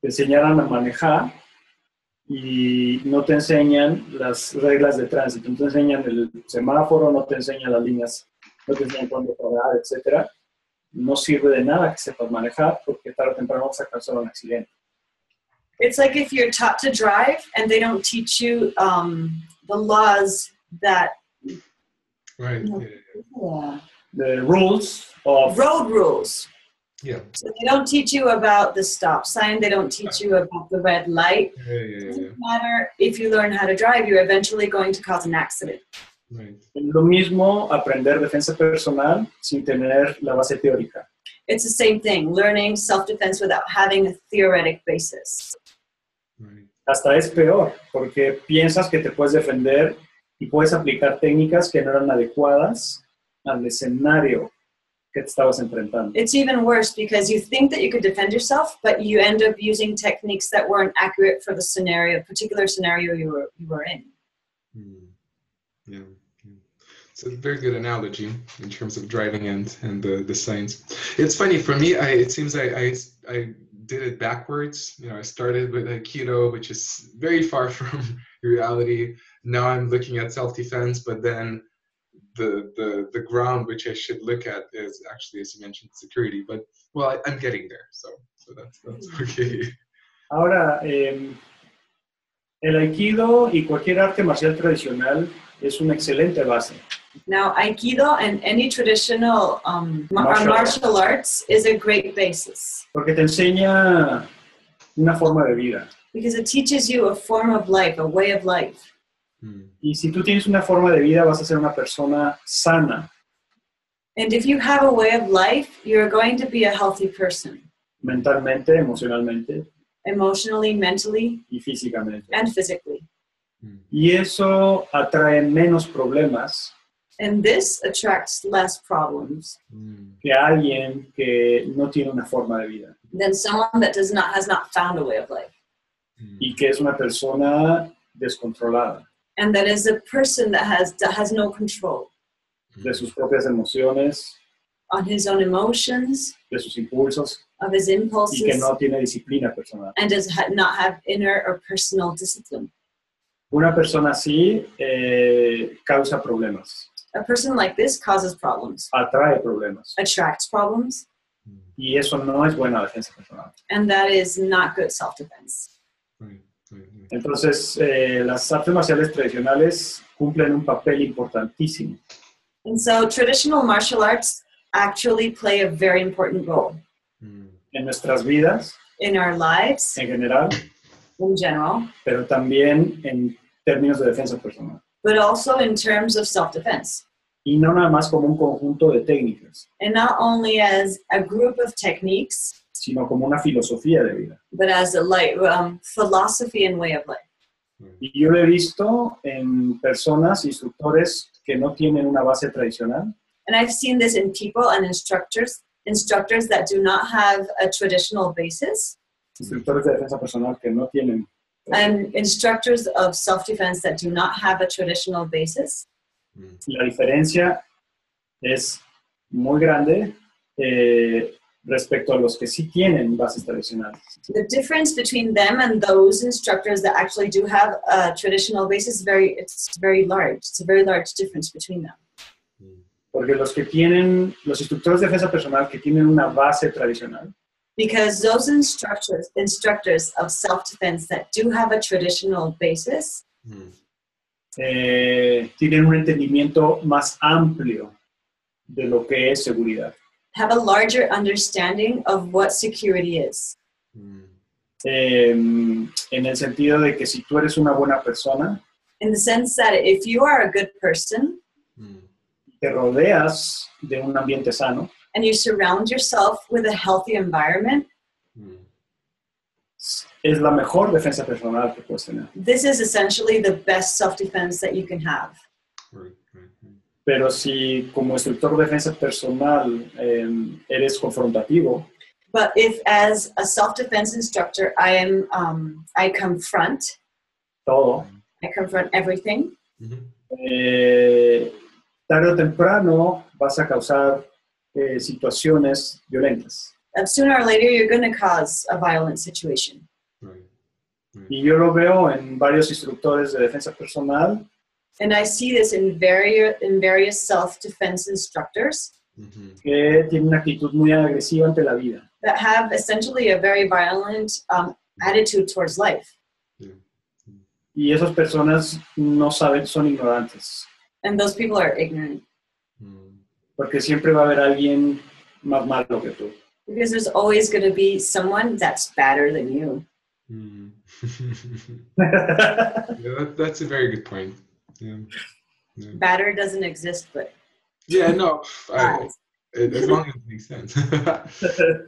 Speaker 2: te enseñaran a manejar y no te enseñan las reglas de tránsito, no te enseñan el semáforo, no te enseñan las líneas, no te enseñan cuándo parar, etc. No sirve de nada que sepas manejar porque tarde o temprano vas a causar un accidente.
Speaker 3: It's like if you're taught to drive and they don't teach you um, the laws that
Speaker 1: Right. Yeah.
Speaker 2: The rules of...
Speaker 3: road rules.
Speaker 1: Yeah.
Speaker 3: So they don't teach you about the stop sign. They don't teach you about the red light.
Speaker 1: Yeah. Yeah. yeah,
Speaker 3: It
Speaker 1: yeah.
Speaker 3: doesn't matter if you learn how to drive. You're eventually going to cause an accident.
Speaker 1: Right.
Speaker 2: Lo mismo aprender defensa personal sin tener la base teórica.
Speaker 3: It's the same thing. Learning self-defense without having a theoretic basis.
Speaker 1: Right.
Speaker 2: hasta es peor, porque piensas que te puedes defender y puedes aplicar técnicas que no eran adecuadas al escenario que te estabas enfrentando.
Speaker 3: It's even worse because you think that you could defend yourself, but you end up using techniques that weren't accurate for the scenario, particular scenario you were you were in.
Speaker 1: Mm. Yeah. yeah. It's a very good analogy in terms of driving and, and the, the science. It's funny for me, I, it seems I, I, I did it backwards. You know, I started with Aikido, which is very far (laughs) from reality. Now I'm looking at self-defense, but then the, the, the ground which I should look at is actually, as you mentioned, security. But well, I, I'm getting there, so so that's that's okay.
Speaker 2: Ahora, eh, el aikido y cualquier arte marcial tradicional es una excelente base.
Speaker 3: Now, Aikido and any traditional um, ma-
Speaker 2: Martial
Speaker 3: martial, martial arts is a great basis
Speaker 2: porque te enseña una forma de vida.
Speaker 3: because it teaches you a form of life, a way of life.
Speaker 1: Mm,
Speaker 2: Y si tú tienes una forma de vida, vas a ser una persona sana,
Speaker 3: And if you have a way of life, you're going to be a healthy person
Speaker 2: mentalmente, emocionalmente
Speaker 3: emotionally, mentally,
Speaker 2: y físicamente.
Speaker 3: and physically.
Speaker 2: Y eso atrae menos problemas
Speaker 3: And this attracts less problems
Speaker 1: mm,
Speaker 2: que alguien que no tiene una forma de vida
Speaker 3: than someone that does not has not found a way of life
Speaker 1: mm,
Speaker 2: y que es una persona descontrolada
Speaker 3: and that is a person that has that has no control
Speaker 2: de sus propias emociones,
Speaker 3: on his own emotions,
Speaker 2: de sus impulsos
Speaker 3: of his
Speaker 2: y que
Speaker 3: impulses,
Speaker 2: no tiene disciplina personal.
Speaker 3: and does ha- not have inner or personal discipline.
Speaker 2: Una persona así eh, causa problemas,
Speaker 3: A person like this causes problems,
Speaker 2: atrae problemas
Speaker 3: attracts problems,
Speaker 1: mm.
Speaker 2: y eso no es buena defensa personal.
Speaker 3: and that is not good self defense.
Speaker 1: Right, right, right.
Speaker 2: Entonces, eh, las artes marciales tradicionales cumplen un papel importantísimo
Speaker 3: And so, traditional martial arts actually play a very important role
Speaker 1: Mm.
Speaker 2: en nuestras vidas
Speaker 3: in our lives
Speaker 2: en general,
Speaker 3: in general,
Speaker 2: pero también en términos de defensa personal.
Speaker 3: but also in terms of self defense.
Speaker 2: Y no nada más como un conjunto de técnicas,
Speaker 3: And not only as a group of techniques,
Speaker 2: sino como una filosofía de vida.
Speaker 3: but as a like, um, philosophy and way of life.
Speaker 2: Y yo lo he visto en personas, instructores que no tienen una base tradicional,
Speaker 3: And I've seen this in people and instructors, instructors that do not have a traditional basis,
Speaker 2: instructores de defensa personal que no tienen,
Speaker 3: and instructors of self defense that do not have a traditional basis.
Speaker 1: Hmm.
Speaker 2: la diferencia es muy grande eh, respecto a los que sí tienen bases tradicionales.
Speaker 3: The difference between them and those instructors that actually do have a traditional basis is very it's very large. It's a very large difference between them.
Speaker 1: Hmm.
Speaker 2: Porque los que tienen, los instructores de defensa personal que tienen una base tradicional,
Speaker 3: Because those instructors instructors of self defense that do have a traditional basis
Speaker 1: Mm,
Speaker 2: eh, tienen un entendimiento más amplio de lo que es seguridad.
Speaker 3: have a larger understanding of what security is.
Speaker 1: mm,
Speaker 2: Eh, en el sentido de que si tú eres una buena persona,
Speaker 3: In the sense that if you are a good person
Speaker 1: mm,
Speaker 2: te rodeas de un ambiente sano,
Speaker 3: and you surround yourself with a healthy environment,
Speaker 1: mm.
Speaker 2: es la mejor defensa personal que puedes tener.
Speaker 3: this is essentially the best self defense that you can have.
Speaker 1: Right, right, right.
Speaker 2: Pero si como instructor de defensa personal eh, eres confrontativo,
Speaker 3: But if, as a self defense instructor, I am, um, I confront,
Speaker 2: todo,
Speaker 3: I confront everything,
Speaker 1: Mm-hmm.
Speaker 2: eh, tarde o temprano vas a causar eh, situaciones violentas.
Speaker 3: uh, sooner or later you're going to cause a violent situation.
Speaker 1: Right.
Speaker 2: Y yo lo veo en varios instructores de defensa personal
Speaker 3: And I see this in various, in various self defense instructors
Speaker 1: Mhm.
Speaker 2: que tienen una actitud muy agresiva ante la vida.
Speaker 3: that have essentially a very violent um, attitude towards life.
Speaker 2: Y esas personas no saben, son ignorantes,
Speaker 3: And those people are ignorant
Speaker 1: Mm.
Speaker 2: porque siempre va a haber alguien más malo que tú. (laughs)
Speaker 3: because there's always going to be someone that's badder than you.
Speaker 1: Mm. (laughs) yeah, that, that's a very good point. Yeah.
Speaker 3: batter doesn't exist, but
Speaker 1: Yeah, no, I,
Speaker 3: Yes.
Speaker 1: as long as it makes sense. (laughs)